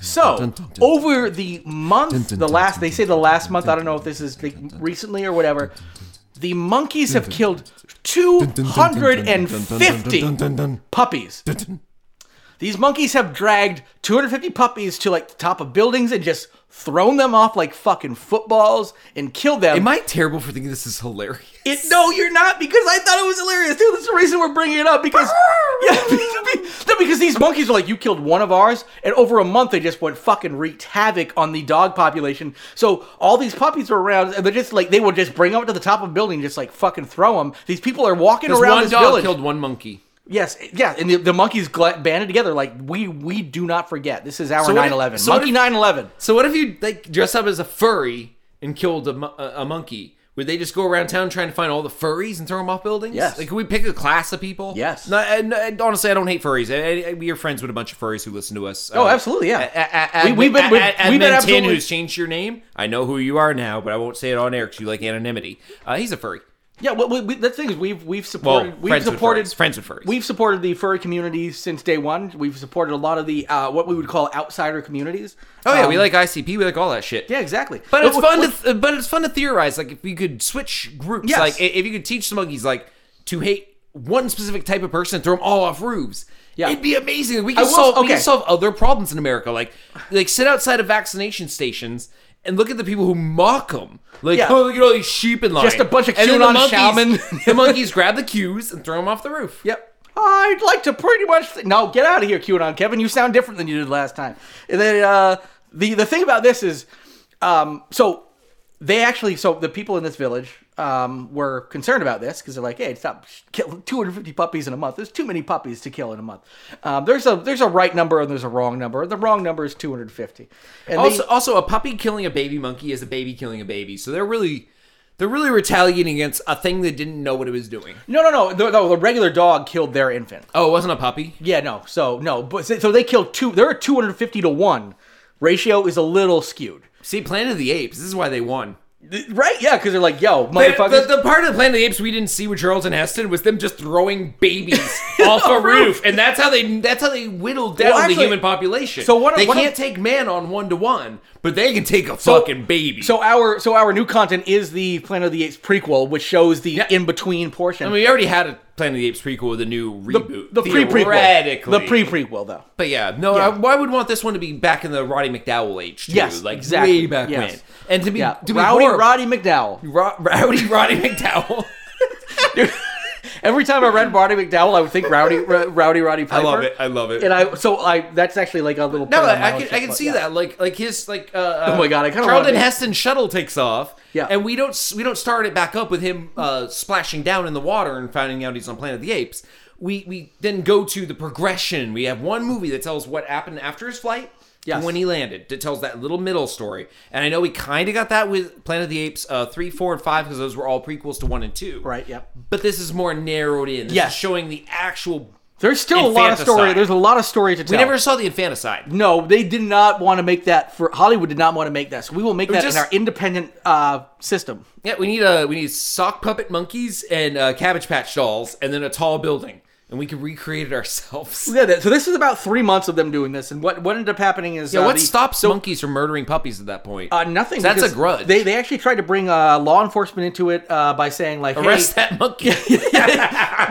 C: So over the month, the last they say the last month. I don't know if this is like recently or whatever. The monkeys have killed 250 puppies. These monkeys have dragged 250 puppies to like the top of buildings and just thrown them off like fucking footballs and killed them.
B: Am I terrible for thinking this is hilarious?
C: It, no, you're not because I thought it was hilarious too. That's the reason we're bringing it up because yeah, no, because these monkeys are like you killed one of ours, and over a month they just went fucking wreaked havoc on the dog population. So all these puppies are around, and they're just like they will just bring them up to the top of a building, and just like fucking throw them. These people are walking
B: Because
C: around
B: one
C: this
B: dog
C: village.
B: killed one monkey.
C: Yes, yeah, and the, the monkeys gla- banded together like we we do not forget. This is our
B: So what if-
C: 9/11,
B: so what
C: monkey
B: if-
C: 9/11.
B: So what if you like dress up as a furry and killed a, mo- a, a monkey? Would they just go around town trying to find all the furries and throw them off buildings?
F: Yes.
B: Like, can we pick a class of people?
F: Yes.
B: No, and, and honestly, I don't hate furries. I, I- I- we are friends with a bunch of furries who listen to us. uh,
C: Oh, absolutely, yeah.
B: A, a,
C: We- we've been- we've- we've been absolutely-
B: who's changed your name. I know who you are now, but I won't say it on air because you like anonymity. Uh, he's a furry.
C: Yeah, well, we, we, the thing is, we've we've
B: Well,
C: supported we've
B: friends
C: supported
B: with furries. Friends with furries.
C: We've supported the furry community since day one. We've supported a lot of the uh, what we would call outsider communities.
B: oh yeah,
C: Um,
B: we like ICP. We like all that shit.
C: yeah, exactly.
B: But it's
C: Wh-
B: fun
C: wh-
B: to th- but it's fun to theorize. Like if you could switch groups,
C: Yes.
B: like i- if you could teach the monkeys like to hate one specific type of person and throw them all off roofs.
C: Yeah.
B: it'd be amazing. We could
C: will-
B: solve we
C: okay.
B: could solve other problems in America. Like like sit outside of vaccination stations. And look at the people who mock them. Like,
C: Yeah.
B: oh, look at all these sheep in line.
C: Just a bunch of
B: And then the
C: QAnon
B: monkeys-
C: shaman.
B: the monkeys grab the cues and throw them off the roof.
C: Yep. I'd like to pretty much th- no get out of here, QAnon Kevin. You sound different than you did last time. And then uh, the the thing about this is, um, so they actually so the people in this village um, were concerned about this because they're like, hey, stop killing 250 puppies in a month. There's too many puppies to kill in a month. Um, there's a there's a right number and there's a wrong number. The wrong number is 250. And they-
B: Also, also, a puppy killing a baby monkey is a baby killing a baby. So they're really, they're really retaliating against a thing that didn't know what it was doing.
C: no, no, no, the, no. The regular dog killed their infant.
B: Oh, it wasn't a puppy.
C: Yeah, no. So no, but so they killed two. They're at 250 to one. Ratio is a little skewed.
B: See, Planet of the Apes. This is why they won.
C: Right? Yeah, because they're like, yo,
B: The,
C: motherfuckers.
B: the- the part of Planet of the Apes we didn't see with Charles and Heston was them just throwing babies off a roof, and that's how they that's how they whittled down the
C: actually-
B: human population.
C: so what-
B: They
C: what-
B: can't take man on one to one, but they can take a fucking baby.
C: so our so our new content is the Planet of the Apes prequel, which shows the in between portion.
B: I mean, we already had a Planet of the Apes prequel with a new reboot.
C: the pre prequel,
B: theoretically.
C: the pre prequel though.
B: But yeah, no,
C: Yeah.
B: I, well, I would want this one to be back in the Roddy McDowell age too.
C: Yes,
B: like
C: exactly.
B: way back
C: Yes.
B: when. And to be
C: Yeah,
B: to be
C: Rowdy
B: horrible-
C: Roddy McDowell.
B: Ro- Rowdy Roddy McDowell.
C: Every time I read Roddy McDowell, I would think Rowdy R- Rowdy Roddy
B: I
C: Piper.
B: love it. I love it.
C: And I so I that's actually like a little.
B: No,
C: play on my
B: I, I
C: own
B: can
C: shit,
B: I can
C: but
B: see
C: yeah.
B: that. Like like his like uh, uh
C: Oh my God, I kinda
B: Charlton
C: wanna-
B: Heston shuttle takes off.
C: Yeah.
B: and we don't s- we don't start it back up with him uh splashing down in the water and finding out he's on Planet of the Apes. We we then go to the progression. We have one movie that tells what happened after his flight. Yeah,
C: Yes.
B: when he landed, it tells that little middle story, and I know we kind of got that with Planet of the Apes uh, three, four, and five because those were all prequels to one and two.
C: Right. Yep.
B: But this is more narrowed in. This
C: Yes.
B: is showing the actual.
C: There's still a lot of story.
B: Infanticide.
C: There's a lot of story to
B: We
C: tell.
B: never saw the infanticide.
C: No, they did not want to make that for Hollywood. Did not want to make that. So we will make that
B: just-
C: in our independent uh, system.
B: Yeah, we need uh we need sock puppet monkeys and uh, cabbage patch dolls, and then a tall building, and we can recreate it ourselves.
C: Yeah, that, so this is about three months of them doing this, and what what ended up happening is
B: Yeah,
C: uh,
B: what
C: the-
B: stops monkeys from murdering puppies at that point?
C: Uh, nothing.
B: That's
C: because
B: a grudge.
C: They, they actually tried to bring uh, law enforcement into it uh, by saying like, hey-
B: arrest that monkey.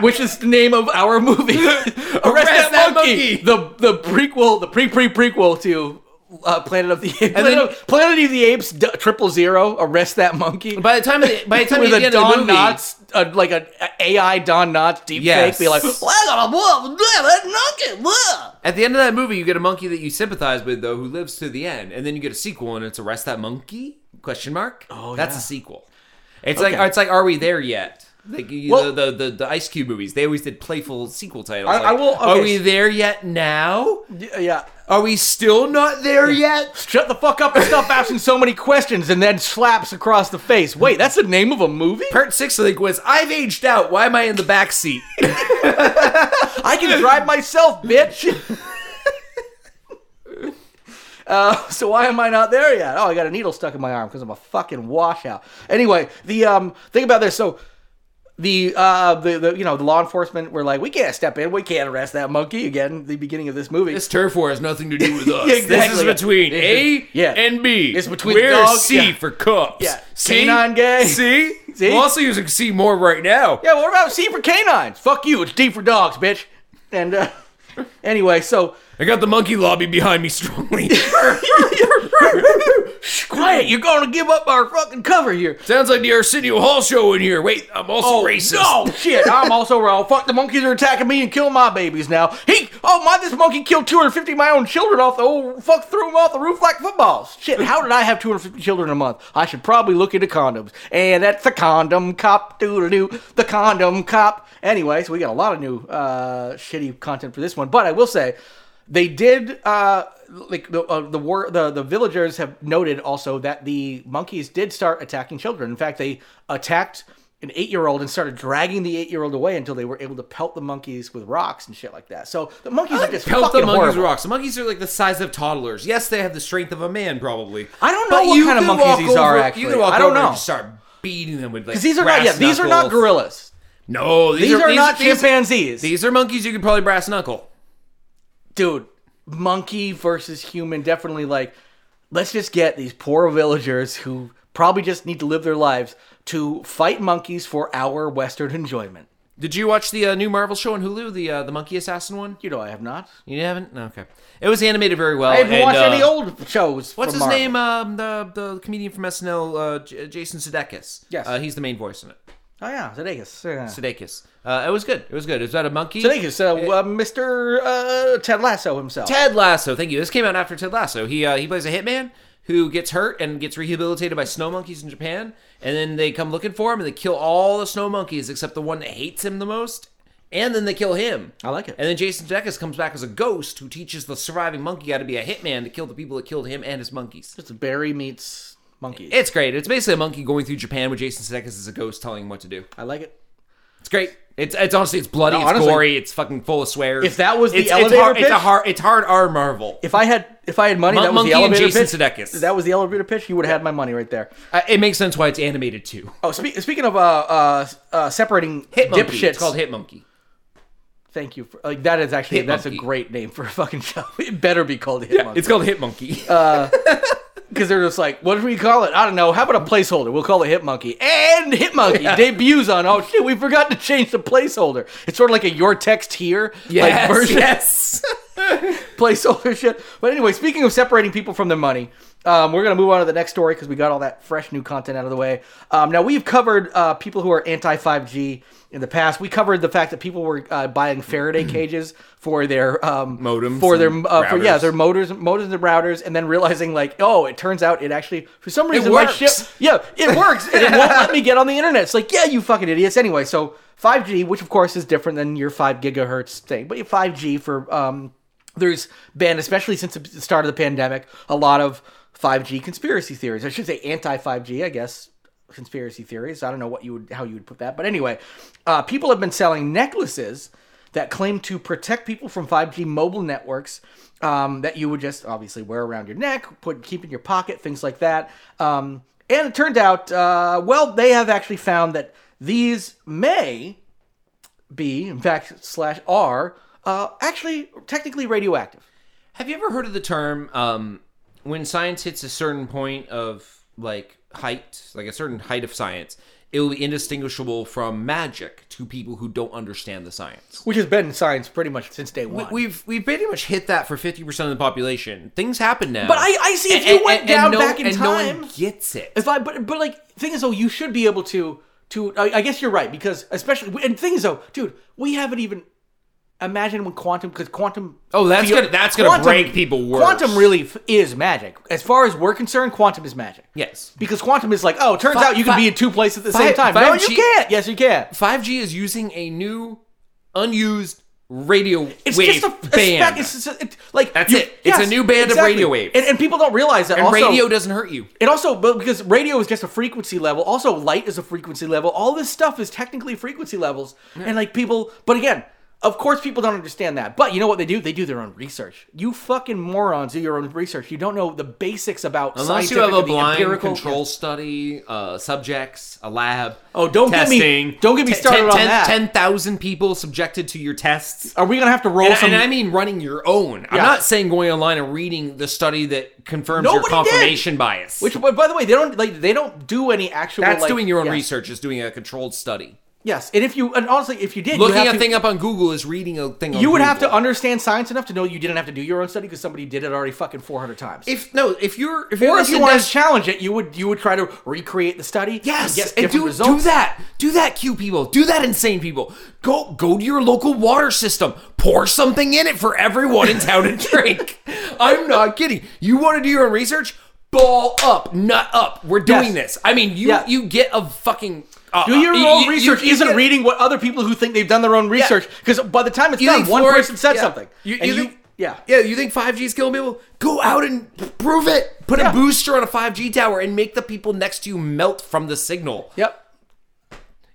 C: which is the name of our movie, arrest, that,
B: that Monkey.
C: monkey. the the prequel, the pre pre prequel to. Uh, Planet of the Apes. Planet,
B: then-
C: of, Planet of the Apes. d- Triple Zero. Arrest that monkey.
B: by the time of the, by the time of
C: with
B: the
C: a
B: end
C: Don
B: of the movie,
C: Knotts, uh, like an AI Don Knotts deep
B: Yes.
C: fake, be like, well, I got a blah, blah, that monkey, blah."
B: at the end of that movie, you get a monkey that you sympathize with though, who lives to the end, and then you get a sequel, and it's arrest that monkey? Question mark. Oh, that's
C: yeah.
B: a sequel. It's
C: Okay.
B: like it's like are we there yet? Like you-
C: Well-
B: the, the the the Ice Cube movies, they always did playful sequel titles.
C: I- I
B: like,
C: will- okay,
B: Are we
C: so-
B: there yet now?
C: Yeah, yeah.
B: Are we still not there yet?
C: Shut the fuck up and stop asking so many questions and then slaps across the face. Wait, that's the name of a movie?
B: Part six, I think, was I've aged out. Why am I in the back seat?
C: I can drive myself, bitch. Uh, so why am I not there yet? Oh, I got a needle stuck in my arm because I'm a fucking washout. Anyway, the um, thing about this. So the uh, the, the you know the law enforcement were like, we can't step in, we can't arrest that monkey again. The beginning of this movie.
B: this turf war has nothing to do with us.
C: Yeah, exactly.
B: This is between A
C: Yeah.
B: and B.
C: It's between
B: We're
C: dogs,
B: C
C: yeah.
B: for cups.
C: Yeah.
B: C?
C: Canine gay.
B: C?
C: See?
B: We're also using C more right now.
C: Yeah, well, what about C for canines? Fuck you, it's D for dogs, bitch. And uh, anyway, so
B: I got the monkey lobby behind me strongly.
C: quiet, you're gonna give up our fucking cover here.
B: Sounds like the Arsenio Hall show in here. Wait, I'm also racist.
C: Oh, No shit, I'm also wrong. Fuck the monkeys are attacking me and killing my babies now. He oh my this monkey killed 250 of my own children off the oh fuck threw them off the roof like footballs. Shit, how did I have 250 children a month? I should probably look into condoms. And that's the condom cop doodle doo the condom cop. Anyway, so we got a lot of new uh shitty content for this one, but I will say They did uh, like the uh, the war the the villagers have noted also that the monkeys did start attacking children. In fact, they attacked an eight year old and started dragging the eight year old away until they were able to pelt the monkeys with rocks and shit like that. So the monkeys are just
B: Pelt
C: fucking
B: the monkeys
C: horrible.
B: with rocks. The monkeys are like the size of toddlers. Yes, they have the strength of a man, probably.
C: I don't know what
B: you
C: kind of
B: could
C: monkeys
B: walk
C: these are,
B: over-
C: actually.
B: you can walk
C: I don't
B: over
C: know.
B: And just start beating them with like.
C: 'Cause these are not yeah
B: brass
C: these are not
B: knuckles.
C: gorillas.
B: No, these,
C: These are
B: these
C: not
B: these-
C: chimpanzees.
B: These are monkeys you could probably brass knuckle.
C: dude, monkey versus human, definitely like, let's just get these poor villagers who probably just need to live their lives to fight monkeys for our Western enjoyment.
B: Did you watch the uh, new Marvel show on Hulu, the uh, the Monkey Assassin one?
C: You know, I have not.
B: You haven't? No, okay. It was animated very well.
C: I haven't
B: and,
C: watched
B: uh,
C: any old shows.
B: What's
C: from
B: his
C: Marvel.
B: name? Um, the the comedian from SNL, uh, J- Jason Sudeikis.
C: Yes.
B: uh, he's the main voice in it.
C: Oh yeah, Sudeikis. Yeah.
B: Sudeikis. Uh, it was good. It was good. It was about a monkey.
C: Sudeikis, uh, uh, Mr. Uh, Ted Lasso himself.
B: Ted Lasso. Thank you. This came out after Ted Lasso. He uh, he plays a hitman who gets hurt and gets rehabilitated by snow monkeys in Japan, and then they come looking for him and they kill all the snow monkeys except the one that hates him the most, and then they kill him.
C: I like it.
B: And then Jason Sudeikis comes back as a ghost who teaches the surviving monkey how to be a hitman to kill the people that killed him and his monkeys.
C: It's Barry meets monkeys.
B: It's great. It's basically a monkey going through Japan with Jason Sudeikis as a ghost telling him what to do.
C: I like it.
B: It's great. It's, it's honestly it's bloody,
C: No,
B: it's
C: honestly,
B: gory, it's fucking full of swears.
C: if that was the
B: it's, it's
C: elevator
B: hard, it's a
C: pitch-
B: hard it's hard R Marvel.
C: If I had if I had money,
B: Mon-
C: that was
B: monkey
C: the
B: and
C: elevator
B: Jason
C: pitch.
B: Sudeikis.
C: That was the elevator pitch. You would have had my money right there.
B: Uh, it makes sense why it's animated too.
C: Oh, spe- speaking of uh, uh, uh, separating
B: Hit Monkey.
C: dipshits,
B: It's called Hit Monkey.
C: Thank you for like that is actually
B: Hit
C: that's a
B: Monkey.
C: great name for a fucking show. It better be called Hit Monkey
B: It's called Hit Monkey. Uh,
C: because they're just like, what do we call it? I don't know. How about a placeholder? We'll call it Hit Monkey. And Hit Monkey debuts on. Oh shit, we forgot to change the placeholder. It's sort of like a your text here like version
B: yes.
C: placeholder shit. But anyway, speaking of separating people from their money, um, we're gonna move on to the next story because we got all that fresh new content out of the way. Um, now we've covered uh, people who are anti five G in the past. We covered the fact that people were uh, buying Faraday cages for their um,
B: Modems
C: for their
B: and
C: uh, for yeah
B: routers.
C: their motors modems and routers, and then realizing like oh, it turns out it actually for some reason my
B: works.
C: shit yeah it works and it won't let me get on the internet. It's like yeah, you fucking idiots. Anyway, so. 5G, which of course is different than your 5 gigahertz thing, but your 5G for um, there's been, especially since the start of the pandemic, a lot of 5G conspiracy theories. I should say anti 5G, I guess, conspiracy theories. I don't know what you would, how you would put that, but anyway, uh, people have been selling necklaces that claim to protect people from 5G mobile networks um, that you would just obviously wear around your neck, put keep in your pocket, things like that. Um, and it turned out, uh, well, they have actually found that these may be, in fact, slash are uh, actually technically radioactive.
B: Have you ever heard of the term um, when science hits a certain point of like height, like a certain height of science, it will be indistinguishable from magic to people who don't understand the science.
C: which has been in science pretty much since day one.
B: We- We've we've pretty much hit that for fifty percent of the population. Things happen now.
C: But I- I see if
B: And-
C: you
B: and-
C: went
B: and
C: down
B: no-
C: back in
B: and no one
C: time-
B: gets it.
C: if I, but but like thing is though, you should be able to to. I, I guess you're right because especially and thing is though, dude, we haven't even imagine when quantum because quantum.
B: Oh, that's
C: field-
B: gonna- that's gonna break people worse.
C: Quantum really f- is magic. As far as we're concerned, quantum is magic.
B: Yes.
C: Because quantum is like, oh, it turns
B: Fi-
C: out you can
B: fi-
C: be in two places at the
B: fi-
C: same time. no, you
B: 5G
C: can't. Yes, you can.
B: 5G is using a new, unused radio
C: It's
B: wave
C: just a,
B: band.
C: a spec. It's, just a- it- like
B: That's it. It's a new band of radio waves.
C: and, and people don't realize that.
B: and
C: also,
B: radio doesn't hurt you.
C: It also but because radio is just a frequency level. Also, light is a frequency level. All this stuff is technically frequency levels, and like people. But again, of course, people don't understand that. But you know what they do? They do their own research. You fucking morons do your own research. You don't know the basics about
B: Unless
C: scientific
B: you have a
C: and the
B: blind
C: empirical
B: control study, uh, subjects, a lab.
C: Oh, don't get me-
B: testing.
C: don't get me
B: Ten-
C: started
B: ten-
C: on
B: ten-
C: that.
B: 10,000 people subjected to your tests.
C: Are we gonna have to roll
B: And,
C: some?
B: and I mean running your own. I'm
C: Yeah.
B: not saying going online and reading the study that confirms your
C: Nobody did.
B: confirmation bias.
C: which, but by the way, they don't like they don't do any actual.
B: That's
C: like-
B: doing your own
C: yes.
B: research, is doing a controlled study.
C: Yes, and if you and honestly, if you did, you
B: Looking
C: have
B: a
C: to,
B: thing up on Google is reading a thing on
C: You would have
B: Google.
C: to understand science enough to know you didn't have to do your own study because somebody did it already fucking 400 times.
B: If no, if you're if
C: or
B: you're
C: if
B: listening
C: you want
B: down-
C: to challenge it, you would you would try to recreate the study.
B: Yes,
C: get
B: and
C: different
B: do,
C: results.
B: do that. Do that, Q people. Do that, insane people. Go go to your local water system. Pour something in it for everyone in town to drink. I'm not kidding. You want to do your own research? Ball up, nut up. We're doing
C: Yes.
B: this. I mean, you
C: Yeah.
B: you get a fucking. Uh,
C: Do your
B: you-
C: own
B: you-
C: research
B: you- you
C: isn't
B: get-
C: reading what other people who think they've done their own research because by the time it's
B: you
C: done,
B: think
C: one
B: fluoride-
C: person said
B: yeah.
C: something.
B: You,
C: And
B: you think,
C: Yeah.
B: Yeah, you think 5G's killing people? Go out and prove it. Put
C: Yeah.
B: a booster on a 5G tower and make the people next to you melt from the signal.
C: Yep.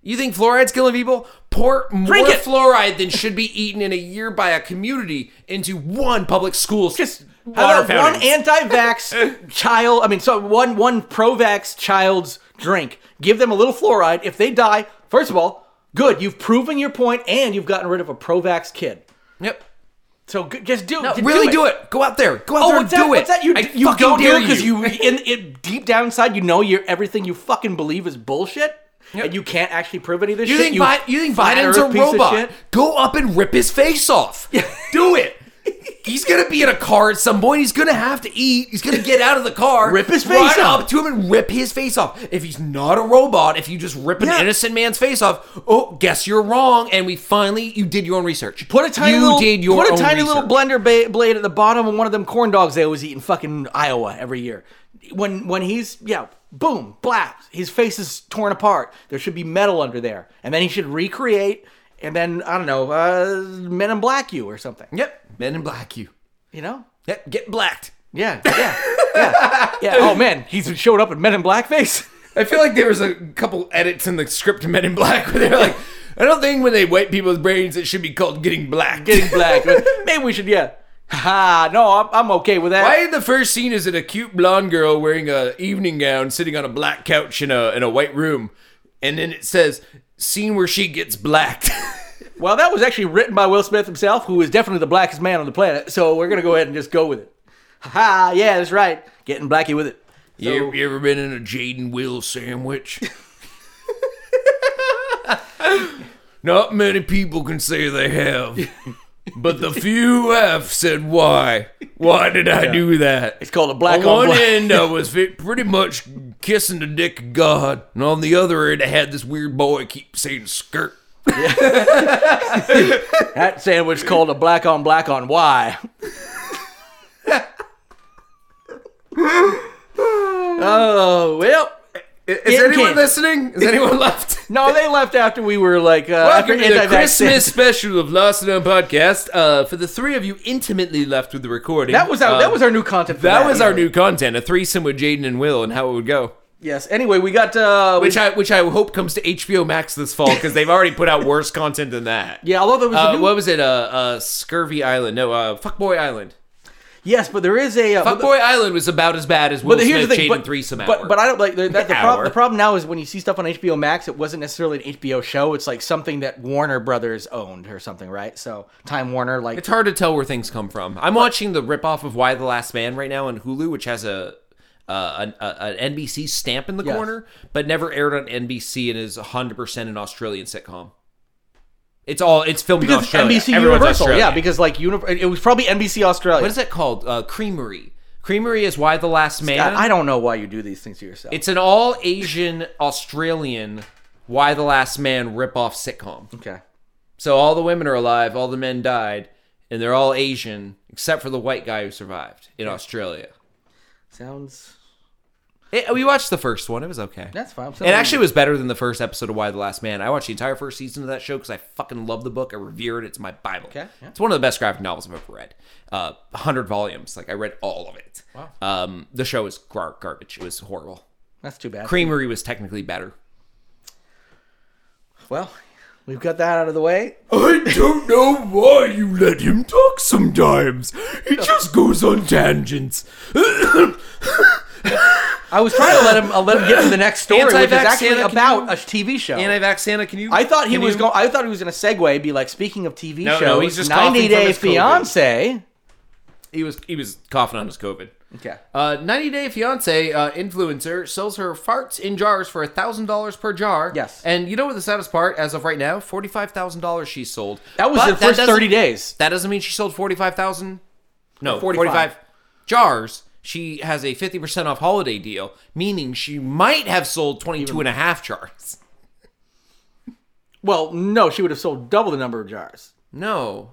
B: You think fluoride's killing people? Pour more
C: Drink it.
B: fluoride than should be eaten in a year by a community into one public school.
C: Just
B: water
C: how about one
B: fountain.
C: anti-vax child. I mean, so one one pro-vax child's drink. Give them a little fluoride. If they die, first of all, good. You've proven your point, and you've gotten rid of a pro-vax kid.
B: yep.
C: So g- just do just
B: Really do it. Go out there. Go out
C: Oh,
B: there
C: what's
B: and
C: that?
B: do
C: what's
B: it.
C: that? You
B: I
C: you
B: fucking
C: go do
B: dare
C: because you, in it deep down inside you know you're everything you fucking believe is bullshit,
B: Yep.
C: and you can't actually prove any of this
B: You
C: shit.
B: think Bi- you think
C: flat
B: Biden's
C: earth
B: a
C: piece of
B: robot?
C: shit.
B: Go up and rip his face off. Do it. He's gonna be in a car at some point. He's gonna have to eat. He's gonna get out of the car,
C: Rip his
B: run
C: face off.
B: up to him and rip his face off. If he's not a robot, if you just rip an
C: Yeah.
B: innocent man's face off, oh, guess you're wrong. And we finally, you did your own research.
C: Put a tiny
B: you
C: little
B: did your
C: put a
B: own
C: tiny little
B: research.
C: blender ba- blade at the bottom of one of them corn dogs they always eat in fucking Iowa every year. When when he's yeah, boom, blast, his face is torn apart. There should be metal under there, and then he should recreate, and then I don't know, uh, Men in Black you or something.
B: Yep, men in black. You.
C: You know?
B: Yep, get blacked.
C: Yeah, yeah, yeah, yeah. Oh man, he's showed up in Men in Blackface.
B: I feel like there was a couple edits in the script of Men in Black where they were like, I don't think when they wipe people's brains, it should be called getting black.
C: Getting black. Maybe we should yeah. Ha! No, I'm, I'm okay with that.
B: Why in the first scene is it a cute blonde girl wearing a evening gown sitting on a black couch in a in a white room, and then it says scene where she gets blacked.
C: Well, that was actually written by Will Smith himself, who is definitely the blackest man on the planet. So we're gonna go ahead and just go with it. Ha! Yeah, that's right. Getting blacky with it.
B: you, you ever been in a Jade and Will sandwich? Not many people can say they have, but the few have said why. Why did I do that?
C: It's called a black
B: on
C: on
B: one
C: black.
B: end, I was fi- pretty much kissing the dick of God, and on the other end, I had this weird boy keep saying skirt.
C: That sandwich called a black on black on Y. oh well.
B: Is
C: Yeah, we
B: anyone
C: can.
B: listening? Is anyone left?
C: No, they left after we were like uh, after
B: Welcome to the
C: anti-vax
B: Christmas
C: said-
B: special of Lost and Known podcast. Uh, for the three of you intimately left with the recording,
C: That was our
B: uh,
C: that was our new content. for
B: that was our
C: evening.
B: new content: a threesome with Jaden and Will, and how it would go.
C: yes. Anyway, we got uh, we-
B: Which I which I hope comes to HBO Max this fall because they've already put out worse content than that.
C: yeah. Although there was a
B: Uh,
C: new,
B: what was it? Uh, uh, Scurvy Island? No, uh, Fuckboy Island.
C: yes, but there is a uh, but-
B: Fuckboy Island was about as bad as Will
C: But
B: Smith,
C: here's the thing,
B: Jade
C: but,
B: and Threesome
C: but,
B: Hour.
C: but I don't like the, that, the, prob-
B: Hour.
C: the problem now is when you see stuff on HBO Max, it wasn't necessarily an HBO show. It's like something that Warner Brothers owned or something, right? So Time Warner, like
B: It's hard to tell where things come from. I'm watching the ripoff of Why the Last Man right now on Hulu, which has a uh, an, a, an NBC stamp in the
C: Yes.
B: corner, but never aired on NBC and is 100 percent an Australian sitcom. It's all it's filmed
C: because
B: in Australia.
C: NBC
B: Everyone's
C: Universal,
B: Australian.
C: yeah, because like uni- it was probably NBC Australia.
B: what is it called? Uh, Creamery. Creamery is Why the Last Man.
C: I, I don't know why you do these things to yourself.
B: it's an all Asian Australian Why the Last Man ripoff sitcom.
C: okay,
B: So all the women are alive, all the men died, and they're all Asian except for the white guy who survived in Australia.
C: sounds
B: It, we watched the first one. It was okay.
C: that's fine.
B: It actually was better than the first episode of Why the Last Man. I watched the entire first season of that show because I fucking love the book. I revere it. It's my Bible.
C: Okay, yeah.
B: It's one of the best graphic novels I've ever read. Uh, 100 volumes. Like, I read all of it. Wow. Um, the show is gar- garbage. It was horrible.
C: that's too bad.
B: Creamery was technically better.
C: Well, we've got that out of the way.
D: I don't know why you let him talk sometimes. He just goes on tangents.
C: I was trying to let him I'll let him get to the next story, which is
B: Anti-vax
C: actually
B: Santa, can
C: about
B: you-
C: a TV show.
B: Anti-vax Santa, can you?
C: I thought he
B: can
C: was
B: you-
C: going. I thought he was going to segue, be like, speaking of TV
B: No,
C: shows,
B: no, he's just coughing
C: 90
B: from
C: Day
B: his COVID.
C: Fiance.
B: He was he was coughing on his COVID.
C: Okay.
B: Uh, 90 Day Fiance uh, influencer sells her farts in jars for $1,000 per jar.
C: Yes.
B: And you know what the saddest part, as of right now, $45,000 she sold.
C: That was
B: But
C: the first
B: doesn't-
C: 30 days.
B: That doesn't mean she sold 45,000. No,
C: 45.
B: 45. jars. She has a 50% off holiday deal, meaning she might have sold 22 and a half jars.
C: Well, no, she would have sold double the number of jars,
B: No.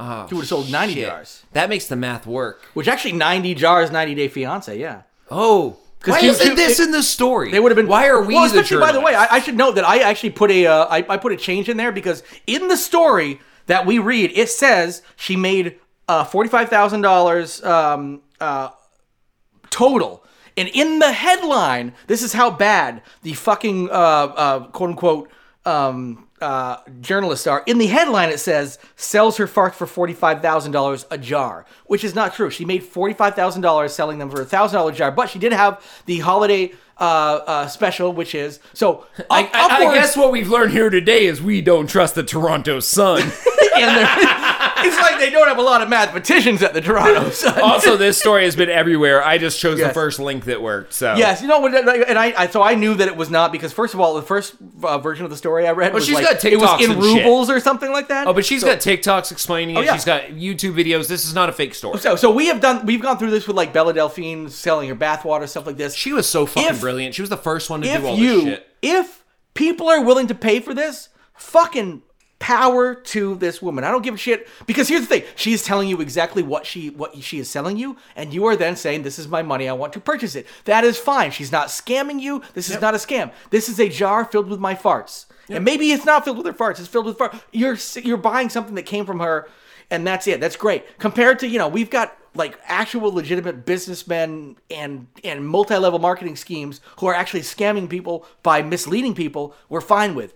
B: Oh,
C: She would've sold 90 jars.
B: That makes the math work.
C: which actually 90 jars, 90 Day Fiance. Yeah.
B: Oh. Why
C: you-
B: isn't
C: you-
B: this
C: it-
B: in the story?
C: They would have been.
B: Why are we
C: Well,
B: the
C: especially by the way,
B: journalists?
C: I, I should note that I actually put a uh, I, I put a change in there because in the story that we read, it says she made uh, forty-five thousand um, uh, total. And in the headline, this is how bad the fucking uh, uh, quote unquote um, uh, journalists are. In the headline, it says sells her farts for forty five thousand dollars a jar, which is not true. She made forty five thousand dollars selling them for a thousand dollar jar, but she did have the holiday uh, uh, special, which is so.
B: I,
C: up-
B: I- I
C: upwards-
B: guess what we've learned here today is we don't trust the Toronto Sun.
C: and they're- it's like they don't have a lot of mathematicians at the Toronto Sun.
B: also, this story has been everywhere. I just chose the
C: Yes.
B: first link that worked. So
C: Yes, you know, when- and I, I so I knew that it was not because first of all, the first uh, version of the story I read was
B: Oh, she's
C: like
B: got
C: it was
B: TikToks
C: in
B: and shit.
C: rubles or something like that.
B: Oh, but she's got TikToks explaining it.
C: Oh, yeah.
B: She's got YouTube videos. This is not a fake story.
C: so so we have done we've gone through this with like Bella Delphine selling her bathwater stuff like this.
B: She was so fucking
C: If-
B: brilliant. She was the first one to do all this
C: if you
B: shit.
C: if people are willing to pay for this, fucking power to this woman. I don't give a shit because here's the thing: she's telling you exactly what she what she is selling you, and you are then saying, "This is my money. I want to purchase it." That is fine. She's not scamming you. This is not a scam. This is a jar filled with my farts, and maybe it's not filled with her farts. It's filled with farts. You're s- you're buying something that came from her, and that's it. That's great compared to you know we've got like actual legitimate businessmen and and multi-level marketing schemes who are actually scamming people by misleading people we're fine with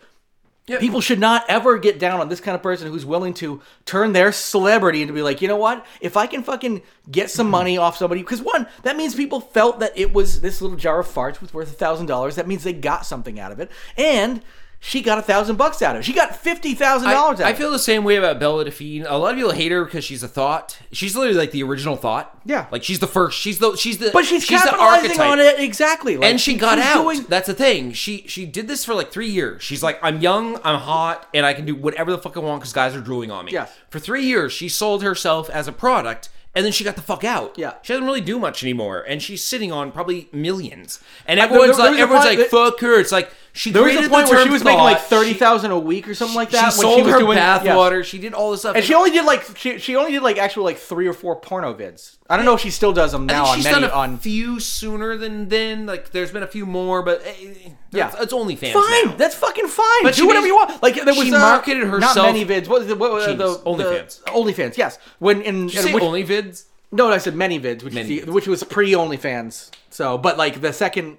C: people should not ever get down on this kind of person who's willing to turn their celebrity into be like you know what if i can fucking get
B: Mm-hmm.
C: some money off somebody because one that means people felt that it was this little jar of farts was worth a thousand dollars that means they got something out of it and she got a thousand bucks out of it she got fifty thousand dollars out
B: I, I
C: of it
B: feel the same way about Bella Delphine. A lot of people hate her because she's a thought. She's literally like the original thought.
C: Yeah.
B: like she's the first. She's the she's the
C: but she's,
B: the
C: capitalizing
B: archetype.
C: on it exactly like,
B: and she got
C: she's
B: out.
C: doing-
B: That's the thing. She she did this for like three years. She's like, I'm young, I'm hot, and I can do whatever the fuck I want because guys are drooling on me.
C: Yes.
B: For three years, she sold herself as a product, and then she got the fuck out.
C: Yeah.
B: She doesn't really do much anymore, and she's sitting on probably millions. And
C: there-
B: everyone's
C: there was
B: like,
C: a
B: everyone's
C: point
B: like,
C: that-
B: fuck her. It's like she
C: There was a
B: created
C: point
B: the
C: where
B: term
C: she was making like
B: thought.
C: thirty thousand a week or something like
B: She,
C: that.
B: she
C: when
B: sold
C: she was
B: her
C: doing,
B: bath
C: yes.
B: water. She did all this stuff.
C: And she only did like she, she only did like actual like three or four porno vids. I don't know if she still does them
B: I
C: now
B: think
C: on
B: she's
C: many
B: done a
C: on.
B: few sooner than then. Like, there's been a few more, but eh, eh,
C: Yeah.
B: it's, it's only fans.
C: Fine, that's fucking fine.
B: But
C: Do
B: she
C: whatever
B: made-
C: you want. Like there was
B: she
C: uh,
B: marketed herself-
C: Not many vids. What was the, what, was
B: Jeez,
C: the
B: OnlyFans.
C: The, OnlyFans. Yes. When in
B: Did you say
C: which,
B: only vids?
C: no, no, I said many vids, which
B: Many
C: is
B: vids.
C: the, which was pre OnlyFans. So, but like the second,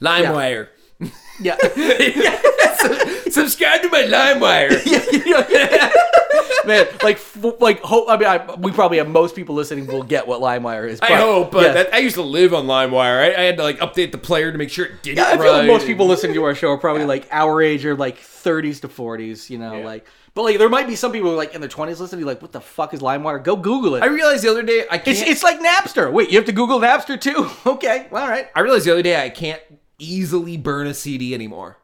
B: LimeWire.
C: yeah.
B: Subscribe to my LimeWire.
C: Man, like, f- like, ho- I mean, I, we probably have most people listening will get what LimeWire is. But,
B: I hope, but
C: yes.
B: that, I used to live on LimeWire. I, I had to like update the player to make sure it did
C: Yeah,
B: it
C: I feel
B: right.
C: like most people listening to our show are probably like our age or like 30s to 40s, you know, like. But like, there might be some people who are like in their 20s listening, like, what the fuck is LimeWire? Go Google it.
B: I realized the other day I can't.
C: it's it's like Napster. Wait, you have to Google Napster too? Okay, well, all right.
B: I realized the other day I can't easily burn a CD anymore.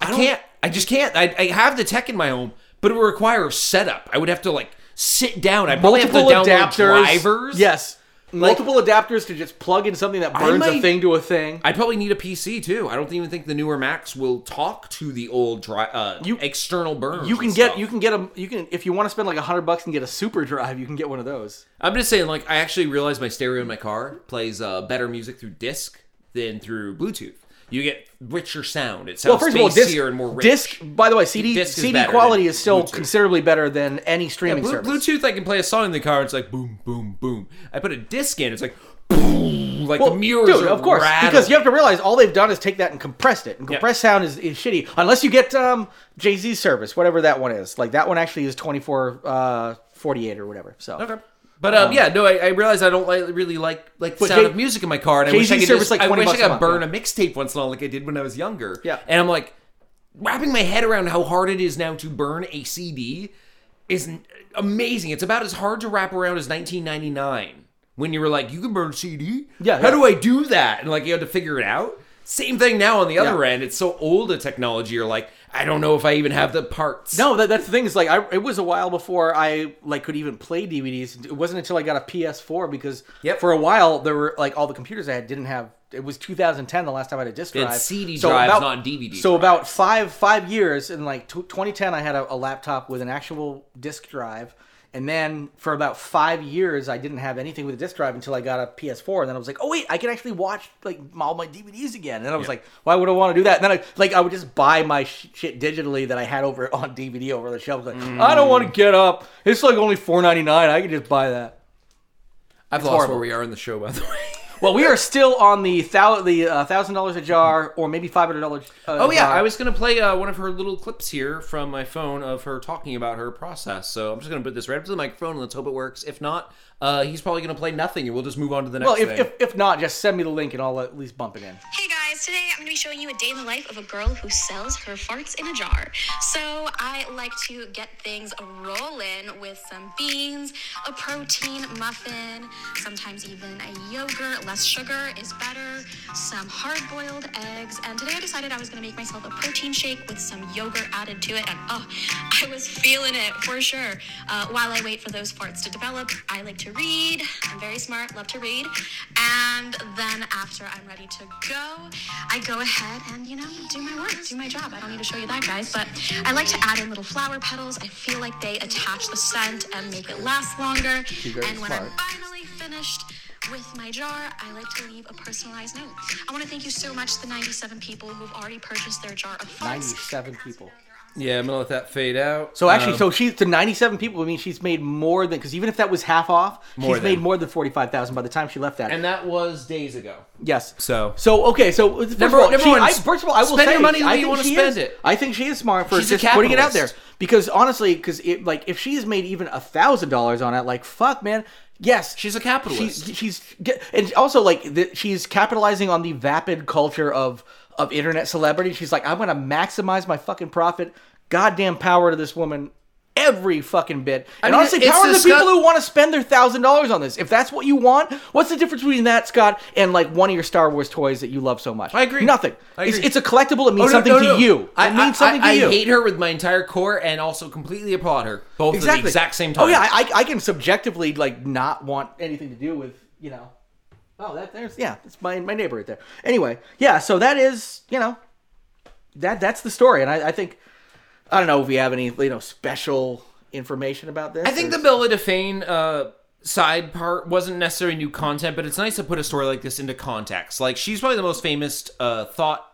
B: I, can't. I just can't. I, I have the tech in my home, but it would require a setup. I would have to like sit down. I probably have to download drivers.
C: Yes, multiple adapters to just plug in something that burns a
B: might-
C: thing to a thing.
B: I'd probably need a PC too. I don't even think the newer Macs will talk to the old dri- uh,
C: You-
B: external burns.
C: you can
B: and
C: get
B: stuff.
C: you can get a you can if you want to spend like a hundred bucks and get a super drive, you can get one of those.
B: I'm just saying, like, I actually realized my stereo in my car plays uh, better music through disc than through Bluetooth. You get richer sound. It sounds
C: Well, first of all, disc,
B: spacier and more rich.
C: disc. By the way, CD
B: Disc is
C: CD
B: better
C: quality
B: than
C: is still
B: Bluetooth.
C: considerably better than any streaming
B: Blu-
C: service.
B: Bluetooth, I can play a song in the car. It's like boom, boom, boom. I put a disc in. It's like boom, like the mirrors.
C: dude,
B: are
C: of course,
B: rattled.
C: because you have to realize all they've done is take that and compressed it, and compressed sound is, is shitty. Unless you get um, Jay Z's service, whatever that one is. Like that one actually is twenty four uh, forty eight or whatever. So
B: Okay. But um, yeah, no, I, I realized I don't like, really like like the sound
C: Jay-
B: of music in my car, and I
C: Jay-Z
B: wish I could
C: service
B: just,
C: like
B: I
C: 20
B: wish I
C: bucks a
B: could
C: month,
B: burn
C: yeah.
B: a mixtape once in a while, like I did when I was younger.
C: Yeah.
B: and I'm like wrapping my head around how hard it is now to burn a CD is n- amazing. It's about as hard to wrap around as 1999 when you were like, you can burn CD.
C: Yeah,
B: how
C: yeah.
B: do I do that? And like you had to figure it out. Same thing now on the other
C: Yeah.
B: end. It's so old a technology. You're like, I don't know if I even have the parts.
C: no, that, that's the thing is like I, it was a while before I like could even play DVDs. It wasn't until I got a PS4 because
B: Yep.
C: for a while there were like all the computers I had didn't have. It was 2010 the last time I had a disc
B: It's
C: drive.
B: CD drives, not DVD
C: So about five five years in like tw 2010, I had a, a laptop with an actual disc drive, And then for about five years, I didn't have anything with a disc drive until I got a PS4. And then I was like, oh wait, I can actually watch like all my DVDs again. And then I was like, why would I want to do that? And then I like I would just buy my sh- shit digitally that I had over on DVD over the shelf. Like I don't
B: Mm.
C: want to get up. It's like only four ninety nine. I can just buy that.
B: I've lost
C: horrible.
B: where we are in the show, by the way.
C: Well, we are still on the thou- the uh, thousand dollars a jar, or maybe five hundred dollars. Uh,
B: Oh yeah, I was gonna play uh, one of her little clips here from my phone of her talking about her process. So I'm just gonna put this right up to the microphone and let's hope it works. If not, uh, he's probably gonna play nothing, and we'll just move on to the next
C: Well, if,
B: thing.
C: if, if not, just send me the link and I'll at least bump it in.
F: Hey guys, today I'm going to be showing you a day in the life of a girl who sells her farts in a jar. So I like to get things rolling with some beans, a protein muffin, sometimes even a yogurt. Less sugar is better, some hard boiled eggs. And today I decided I was going to make myself a protein shake with some yogurt added to it. And oh, I was feeling it for sure. Uh, while I wait for those farts to develop, I like to read. I'm very smart, love to read. And then after I'm ready to go, I go ahead and, you know, do my work, do my job. I don't need to show you that, guys, but I like to add in little flower petals. I feel like they attach the scent and make it last longer. And when I'm finally finished, with my jar, I like to leave a personalized note. I want to thank you so much to the 97 people who've already purchased their jar of farts.
C: Ninety-seven people. Um,
B: yeah, I'm gonna let that fade out. Um,
C: So actually, so she's to ninety-seven people. I mean, she's made more than because even if that was half off,
B: More
C: she's
B: than.
C: made more than forty-five thousand by the time she left that.
B: and that was days ago.
C: yes.
B: So
C: So okay, so first
B: Number-
C: of all,
B: number
C: she-
B: one,
C: I, first of all, I will
B: spend
C: say
B: your money the
C: I
B: way you
C: think
B: wanna
C: she
B: spend
C: is-
B: it.
C: I think she is smart for
B: She's a
C: just putting it out there
B: capitalist.
C: because honestly, because it like if she's made even a thousand dollars on it, like fuck, man. Yes,
B: She's a capitalist.
C: She's, she's get- and also like the, she's capitalizing on the vapid culture of of internet celebrity. She's like, I'm gonna maximize my fucking profit. Goddamn power to this woman. Every fucking bit. And
B: mean,
C: honestly,
B: it's
C: power to the
B: disgust-
C: people who want to spend their thousand dollars on this. If that's what you want, what's the difference between that, Scott, and like one of your Star Wars toys that you love so much?
B: I agree.
C: Nothing.
B: I agree.
C: It's, it's a collectible. It means
B: Oh, no,
C: something
B: no,
C: to
B: no.
C: you. It
B: I
C: means something
B: I, I,
C: to you.
B: I hate her with my entire core, and also completely applaud her. Both at the exact same time.
C: Oh yeah, I, I- I can subjectively like not want anything to do with you know. Oh, that there's yeah, it's my my neighbor right there. Anyway, yeah, so that is you know, that that's the story, and I, I think I don't know if we have any you know special information about this.
B: I think the Bella Defane uh, side part wasn't necessarily new content, but it's nice to put a story like this into context. Like she's probably the most famous uh, thought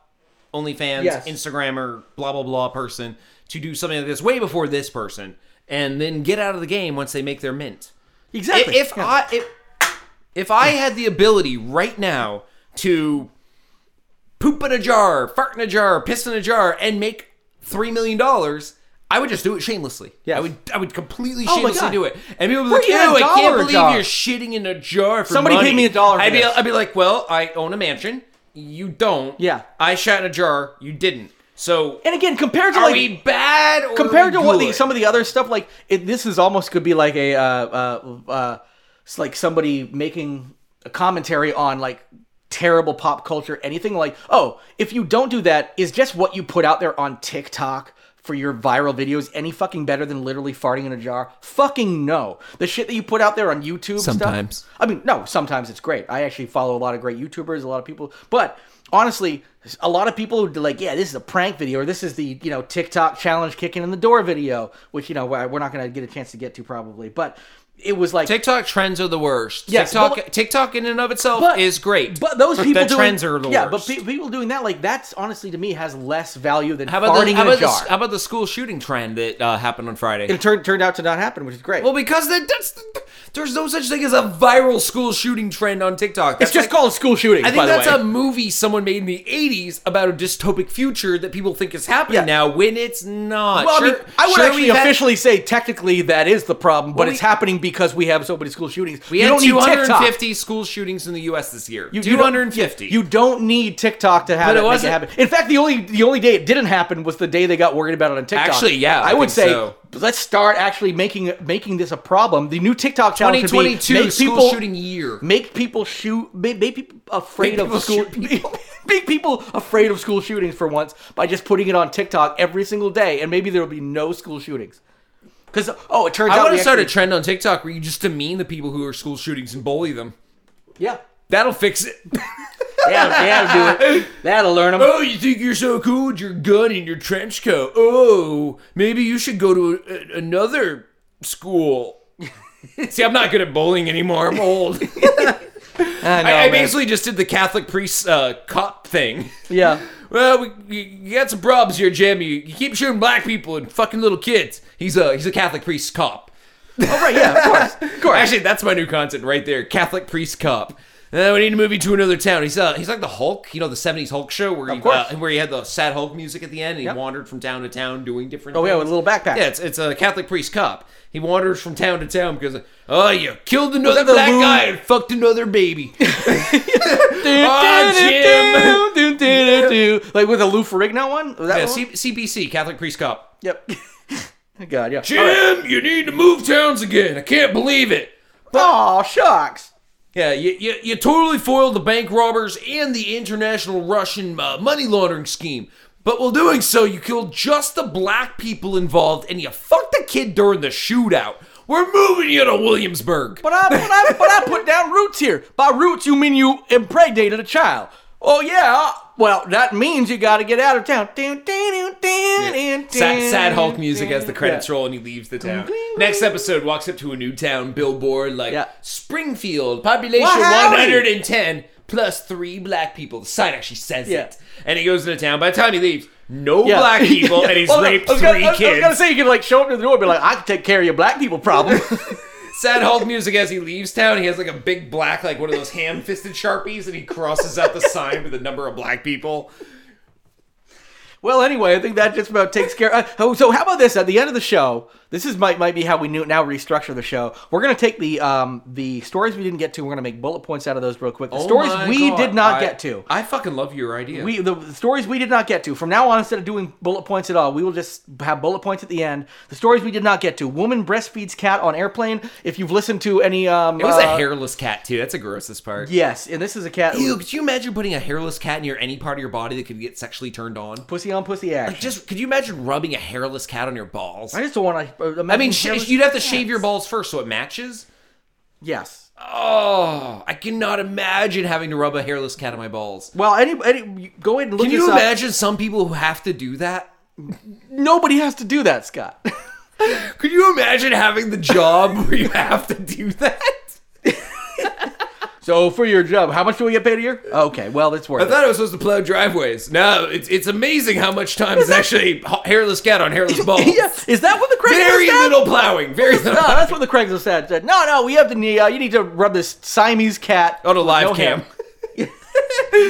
B: OnlyFans
C: Yes.
B: Instagrammer blah blah blah person to do something like this way before this person, and then get out of the game once they make their mint. If,
C: exactly
B: if
C: yeah.
B: I if, if I had the ability right now to poop in a jar, fart in a jar, piss in a jar, and make three million dollars. I would just do it shamelessly.
C: Yes.
B: I would. I would completely
C: Oh my
B: shamelessly
C: God.
B: do it, and people would be like, "Ew,
C: Where you get a
B: I
C: dollar
B: can't
C: a
B: believe
C: jar?"
B: you're shitting in a jar for
C: Somebody
B: money."
C: paid me a dollar for
B: I'd be.
C: this.
B: I'd be like, "Well, I own a mansion. You don't.
C: Yeah.
B: I shot in a jar. You didn't. So
C: and again compared to
B: are
C: like
B: we bad or
C: compared to what the,
B: good?
C: some of the other stuff like it, this is almost could be like a uh, uh, uh, it's like somebody making a commentary on like terrible pop culture anything like oh if you don't do that is just what you put out there on tiktok for your viral videos any fucking better than literally farting in a jar fucking no the shit that you put out there on youtube stuff-
B: Sometimes.
C: I mean, no, sometimes it's great. I actually follow a lot of great YouTubers, a lot of people. But honestly, a lot of people who do like, yeah, this is a prank video, or this is the you know TikTok challenge kicking in the door video, which you know we're we're not going to get a chance to get to probably. But it was like
B: TikTok trends are the worst.
C: Yes,
B: TikTok,
C: but-
B: TikTok in and of itself is great.
C: But those people
B: the
C: doing,
B: trends are the
C: yeah,
B: worst.
C: but pe- people doing that like that's honestly to me has less value than
B: how about
C: farting
B: the, how
C: in a
B: about, the,
C: jar.
B: how about the school shooting trend that uh, happened on Friday?
C: it turned turned out to not happen, which is great.
B: Well, because that, that's there's no such thing as a viral school shooting trend on TikTok. That's
C: it's just
B: like-
C: called school shooting.
B: I think
C: by the
B: that's
C: way.
B: a movie someone made in the '80s about a dystopic future that people think is happening
C: Yeah.
B: now when it's not.
C: Well, I
B: Uh, Sure-
C: mean, I would
B: sure
C: actually
B: we've had-
C: officially say technically that is the problem, but
B: Well,
C: it's
B: we-
C: happening because we have so many school shootings.
B: we
C: you
B: had
C: don't need TikTok.
B: 250 school shootings in the U.S. this year.
C: You- you don't-
B: 250.
C: You don't need TikTok to have
B: But
C: it,
B: it
C: make
B: wasn't-
C: happen. In fact, the only the only day it didn't happen was the day they got worried about it on TikTok.
B: Actually, yeah,
C: I,
B: I
C: would
B: think
C: say
B: so.
C: let's start actually making making this a problem. The new TikTok challenge should be
B: 2022
C: make
B: school
C: people,
B: shooting year.
C: Make people shoot. Make, make people afraid
B: Make
C: of
B: people
C: school.
B: shoot people.
C: Make people afraid of school shootings for once by just putting it on TikTok every single day, and maybe there will be no school shootings. Because oh, it turns
B: I
C: out
B: want
C: we
B: to start a
C: actually-
B: trend on TikTok where you just demean the people who are school shootings and bully them.
C: Yeah,
B: That'll fix it.
C: that'll, that'll do it. That'll learn them.
B: Oh, you think you're so cool with your gun and your trench coat? Oh, maybe you should go to a, a- another school. See, I'm not good at bowling anymore. I'm old.
C: I, know,
B: I, I
C: man.
B: basically just did the Catholic priest uh, cop thing.
C: yeah.
B: Well, we, you, you got some problems here, Jim. You, you keep shooting black people and fucking little kids. He's a he's a Catholic priest cop.
C: Oh right, yeah, of course, of course.
B: Actually, that's my new content right there. Catholic priest cop. Uh, we need to move you to another town. He's uh, he's like the Hulk, you know, the '70s Hulk show where he
C: course.
B: uh, where he had the sad Hulk music at the end, and he
C: Yep.
B: wandered from town to town doing different.
C: oh yeah,
B: things.
C: with a little backpack.
B: Yeah, it's, it's a Catholic priest cop. He wanders from town to town because, oh, you killed another
C: that the
B: black
C: Lou-
B: guy and fucked another baby. Ah,
C: Jim. like with a Lou Ferrigno one. Was that
B: Yeah,
C: one?
B: C- CBC, Catholic priest cop.
C: Yep. God, yeah.
B: Jim, you need to move towns again. I can't believe it.
C: Oh, shucks.
B: Yeah, you, you, you totally foiled the bank robbers and the international Russian uh, money laundering scheme. But while doing so, you killed just the black people involved and you fucked the kid during the shootout. We're moving you to Williamsburg.
C: But I, but I, but I put down roots here. By roots, you mean you impregnated a child. Oh yeah. Well, that means you got to get out of town.
B: Sad, sad Hulk music as the credits roll and he leaves the town. Next episode, walks up to a new town billboard like
C: Yeah.
B: Springfield, population
C: Wow.
B: 110 plus three black people. The sign actually says
C: Yeah.
B: it. And he goes into town. By the time he leaves, no
C: Yeah.
B: black people and he's
C: Well, no,
B: raped
C: I was
B: 3
C: gonna- I was- I was
B: kids.
C: gonna say you could like show up to the door and be like, "I can take care of your black people problem."
B: Sad Hulk music as he leaves town. He has like a big black, like one of those ham fisted sharpies and he crosses out the sign with the number of black people.
C: Well, anyway, I think that just about takes care. Uh, oh, so how about this? At the end of the show, this is might might be how we knew, now restructure the show. We're gonna take the um the stories we didn't get to. We're gonna make bullet points out of those real quick. The stories
B: Oh my
C: we
B: God,
C: did not
B: I-
C: get to.
B: I fucking love your idea.
C: We the, the stories we did not get to. From now on, instead of doing bullet points at all, we will just have bullet points at the end. The stories we did not get to. Woman breastfeeds cat on airplane. If you've listened to any, um,
B: it was
C: uh,
B: a hairless cat too. That's the grossest part.
C: Yes, and this is a cat.
B: Ew, could you imagine putting a hairless cat near any part of your body that could get sexually turned on?
C: Pussy on pussy action.
B: Just could you imagine rubbing a hairless cat on your balls?
C: I just don't uh, want to.
B: I mean, sh- you'd have to shave your balls first so it matches.
C: yes.
B: Oh, I cannot imagine having to rub a hairless cat on my balls.
C: Well, any, any go ahead and look.
B: Can you
C: this up.
B: imagine some people who have to do that?
C: Nobody has to do that, Scott.
B: Could you imagine having the job where you have to do that?
C: so for your job, how much do we get paid a year? Okay, well it's worth
B: I thought it was supposed to plow driveways. No, it's it's amazing how much time is actually ha- hairless cat on hairless balls.
C: it. Yeah, is that what the Craigslist
B: Very
C: ad-
B: little plowing. Very little.
C: No, that's what the Craigslist ad said. No, no, we have to. Uh, you need to rub this Siamese cat
B: on a Oh,
C: with
B: live
C: no hair.
B: cam.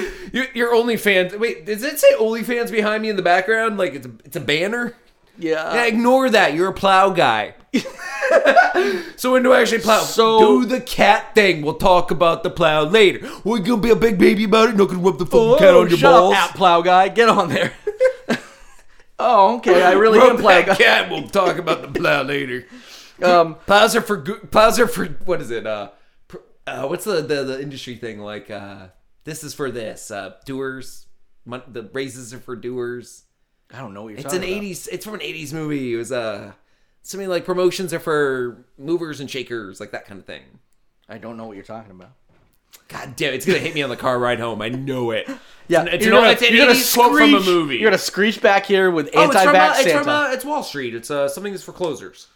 B: your, your OnlyFans. Wait, does it say OnlyFans behind me in the background? Like it's a, it's a banner.
C: Yeah.
B: Yeah, ignore that. You're a plow guy. so when do I actually plow?
C: So-
B: do the cat thing. We'll talk about the plow later. We're gonna be a big baby about it. Not gonna rub the fucking
C: Oh,
B: cat on your
C: shut
B: balls.
C: Up, app plow guy, get on there. oh, okay. I really
B: Rub
C: am plow
B: that
C: guy.
B: cat. We'll talk about the plow later.
C: Um,
B: Plows are for good. Plows are for what is it? Uh, pr- uh what's the, the the industry thing like? Uh, this is for this. Uh, doers. Mon- the raises are for doers.
C: I don't know what you're
B: It's
C: talking
B: an
C: about.
B: '80s. It's from an '80s movie. It was uh, something like promotions are for movers and shakers, like that kind of thing.
C: I don't know what you're talking about.
B: God damn, it's gonna hit me on the car ride home. I know it.
C: Yeah,
B: it's
C: you're
B: an-
C: gonna,
B: it's an
C: you're gonna
B: 80s quote from a
C: screech-
B: movie.
C: You're gonna screech back here with
B: Oh, it's
C: anti-vax
B: from, uh, it's
C: Santa.
B: from uh, it's Wall Street. It's uh, something that's for closers.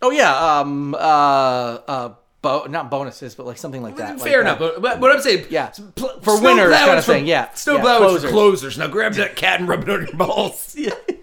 C: Oh yeah, um, uh, uh, bo- not bonuses, but like something like that. like
B: Fair
C: that.
B: enough, but, but what I'm saying,
C: Yeah.
B: pl-
C: For
B: snow
C: winners
B: plowing's
C: kinda
B: for-
C: thing, yeah.
B: snow
C: Yeah,
B: plowing's for
C: closers.
B: closers. Now grab that cat and rub it on your balls.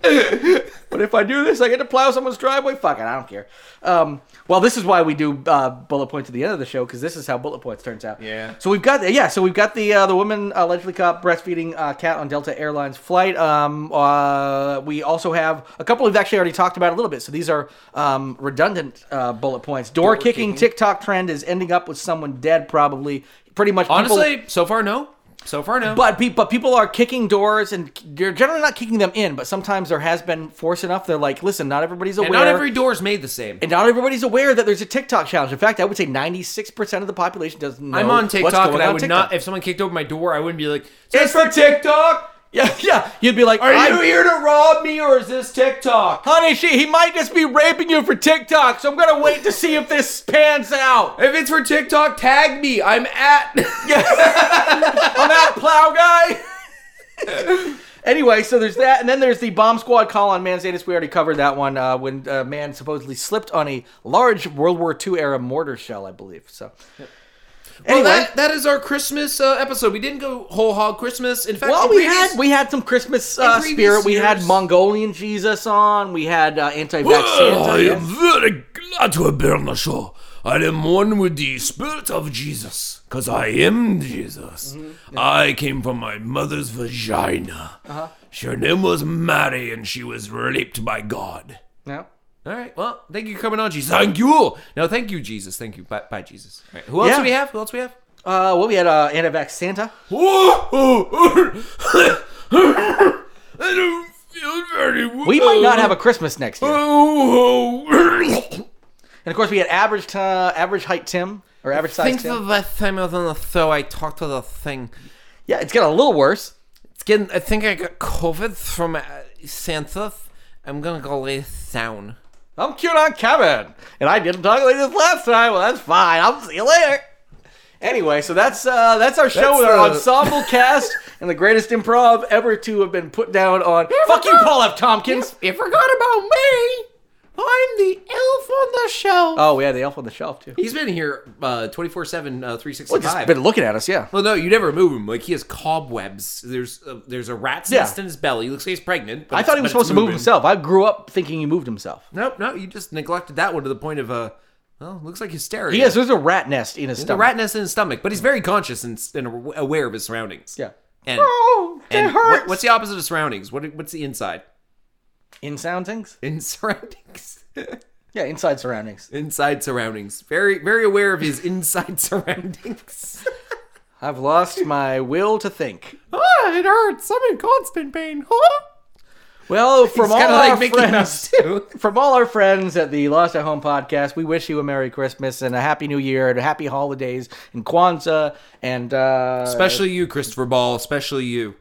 C: But if I do this, I get to plow someone's driveway. Fuck it, I don't care. Um, well, this is why we do uh, bullet points at the end of the show because this is how bullet points turns out.
B: Yeah.
C: So we've got yeah, so we've got the uh, the woman allegedly caught breastfeeding uh, cat on Delta Airlines flight. Um, uh, we also have a couple we've actually already talked about a little bit. So these are um, redundant uh, bullet points. Door, kicking, TikTok trend is ending up with someone dead probably. Pretty much. people-
B: Honestly, so far no. So far no.
C: but, pe- but people are kicking doors, and they're generally not kicking them in. But sometimes there has been force enough. They're like, listen, not everybody's aware,
B: and not every door is made the same.
C: and not everybody's aware that there's a TikTok challenge. In fact, I would say 96 percent of the population doesn't know.
B: I'm on
C: what's
B: TikTok,
C: going
B: and I
C: on
B: would
C: TikTok.
B: not. If someone kicked open my door, I wouldn't be like, "It's for TikTok."
C: yeah, yeah, you'd be like,
B: Are you
C: "I'm-
B: here to rob me, or is this TikTok?
C: honey? She, he might just be raping you for TikTok. So I'm gonna wait to see if this pans out.
B: If it's for TikTok, tag me. I'm at.
C: I'm out, plow guy. Anyway, so there's that, and then there's the bomb squad call on Manzanas. We already covered that one uh, when uh, man supposedly slipped on a large World War II era mortar shell, I believe. So,
B: Well,
C: anyway,
B: that, that is our Christmas uh, episode. We didn't go whole hog Christmas. In fact,
C: well,
B: the
C: we
B: previous-
C: had we had some Christmas uh,
B: previous
C: spirit. We had
B: years-
C: Mongolian Jesus on. We had uh, anti-vax
D: Well,
C: Santa,
D: I
C: yes.
D: am Oh, very glad to have been on the show. I am one with the spirit of Jesus, because I am Jesus.
B: Mm-hmm.
D: I came from my mother's vagina.
B: Uh-huh.
D: Her name was Mary, and she was raped by God.
C: No.
B: All right. Well, thank you for coming on, Jesus. Thank you. No, thank you, Jesus. Thank you. Bye, bye Jesus. All right. Who else
C: Yeah.
B: do we have? Who else do we have?
C: Uh, well, we had uh, anti-vax Santa.
D: I don't feel very well.
C: We might not have a Christmas next year.
B: Uh.
C: And
D: Oh,
C: of course, we had average t- average height Tim or average size
B: Think
C: Tim.
B: the last time I was on the show, I talked to the thing.
C: yeah, it's getting a little worse.
B: It's getting. I think I got COVID from uh, Santa. I'm gonna go lay down.
C: I'm cute on Kevin, and I didn't talk like this last time. Well, that's fine. I'll see you later. Anyway, so that's uh, that's our show
B: That's,
C: with our
B: uh,
C: ensemble cast and the greatest improv ever to have been put down on. Fuck you, Paul F. Tompkins.
B: You forgot about me. I'm the elf on the show.
C: Oh, we had the elf on the shelf too.
B: He's been here uh, 24/7 uh, 365.
C: Well, just been looking at us, yeah.
B: Well, no, you never move him. Like he has cobwebs. There's a, there's a rat's
C: Yeah.
B: nest in his belly. He looks like he's pregnant. but
C: I
B: it's-
C: thought he was
B: but it's
C: supposed to move
B: moving.
C: himself. I grew up thinking he moved himself.
B: Nope, no, you just neglected that one to the point of uh, well, looks like hysteria.
C: Yes, there's a rat nest in his
B: the
C: stomach.
B: rat nest in his stomach, but he's very conscious and, and aware of his surroundings.
C: Yeah.
B: And,
C: Oh, that
B: and
C: hurts.
B: what- what's the opposite of surroundings? What what's the inside?
C: in soundings?
B: In surroundings.
C: Yeah, inside surroundings.
B: inside surroundings. Very very aware of his inside surroundings.
C: I've lost my will to think.
B: ah, it hurts. I'm in constant pain. Huh?
C: Well, from
B: It's
C: all
B: kind of
C: our
B: like Mickey
C: friends,
B: Mouse too.
C: from all our friends at the Lost at Home podcast, we wish you a Merry Christmas and a Happy New Year and a Happy Holidays and Kwanzaa and uh,
B: Especially you, Christopher Ball. Especially you.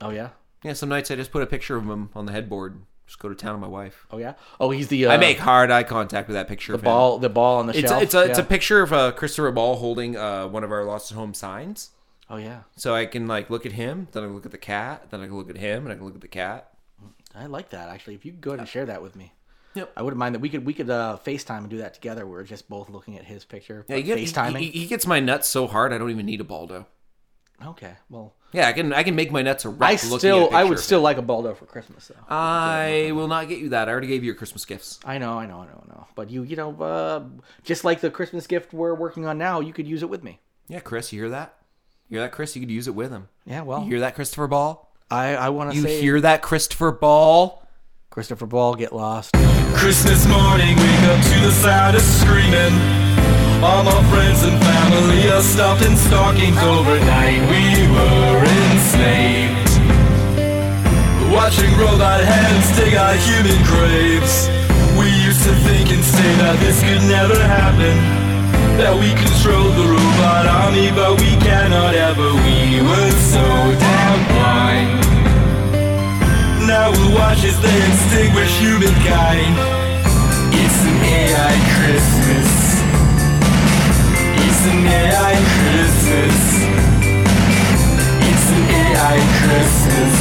C: oh yeah,
B: Yeah, some nights I just put a picture of him on the headboard. Just go to town on my wife.
C: oh yeah, oh he's the uh,
B: I make hard eye contact with that picture. of him.
C: ball the ball on the
B: It's a,
C: shelf.
B: it's a it's a
C: yeah.
B: picture of uh, Christopher Ball holding uh, one of our Lost at Home signs.
C: oh yeah,
B: So I can like look at him, then I can look at the cat, then I can look at him, and I can look at the cat.
C: I like that actually. If you could go ahead and share that with me.
B: Yep.
C: I wouldn't mind that. We could we could uh, FaceTime and do that together. We're just both looking at his picture.
B: Yeah,
C: Yeah,
B: you get,
C: FaceTiming.
B: He, he- he gets my nuts so hard I don't even need a Baldo.
C: okay. Well,
B: Yeah, I can I can make my nuts a wreck.
C: I
B: looking
C: still
B: at a
C: I
B: picture Uh,
C: would
B: of
C: still
B: him.
C: like a Baldo for Christmas though.
B: I will not get you that. I already gave you your Christmas gifts.
C: I know, I know, I know, I know. But you, you know, uh, just like the Christmas gift we're working on now, you could use it with me.
B: Yeah, Chris, you hear that? You hear that, Chris? You could use it with him.
C: Yeah,
B: You
C: well,
B: hear that, Christopher Ball?
C: I, I want to
B: You
C: say,
B: hear that, Christopher Ball?
C: Christopher Ball, get lost.
G: Christmas morning, wake up to the sound of screaming. All my friends and family are stuffed in stockings overnight. We were enslaved. Watching robot hands dig our human graves. We used to think and say that this could never happen. That we control the robot army, but we cannot ever. We were so damn blind. Now we'll watch as they extinguish humankind. It's an AI Christmas. It's an AI Christmas. It's an AI Christmas.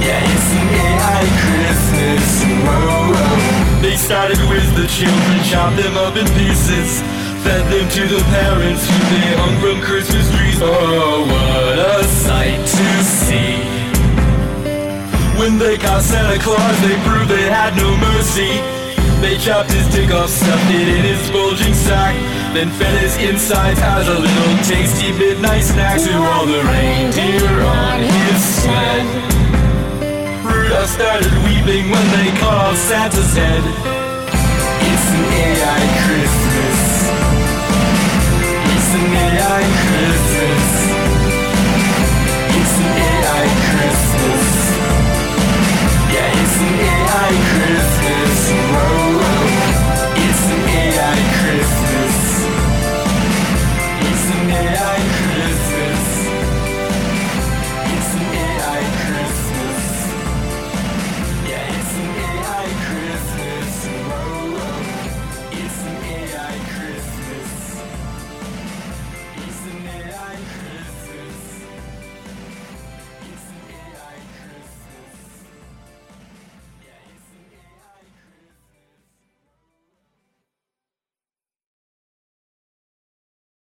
G: Yeah, it's an AI Christmas. Whoa, whoa. They started with the children, chopped them up in pieces. Fed them to the parents who they hung from Christmas trees. Oh, what a sight to see. When they caught Santa Claus, they proved they had no mercy. They chopped his dick off, stuffed it in his bulging sack, then fed his insides as a little tasty midnight snack to all the reindeer on his sled. Rudolph started weeping when they cut off Santa's head. It's an AI Christmas.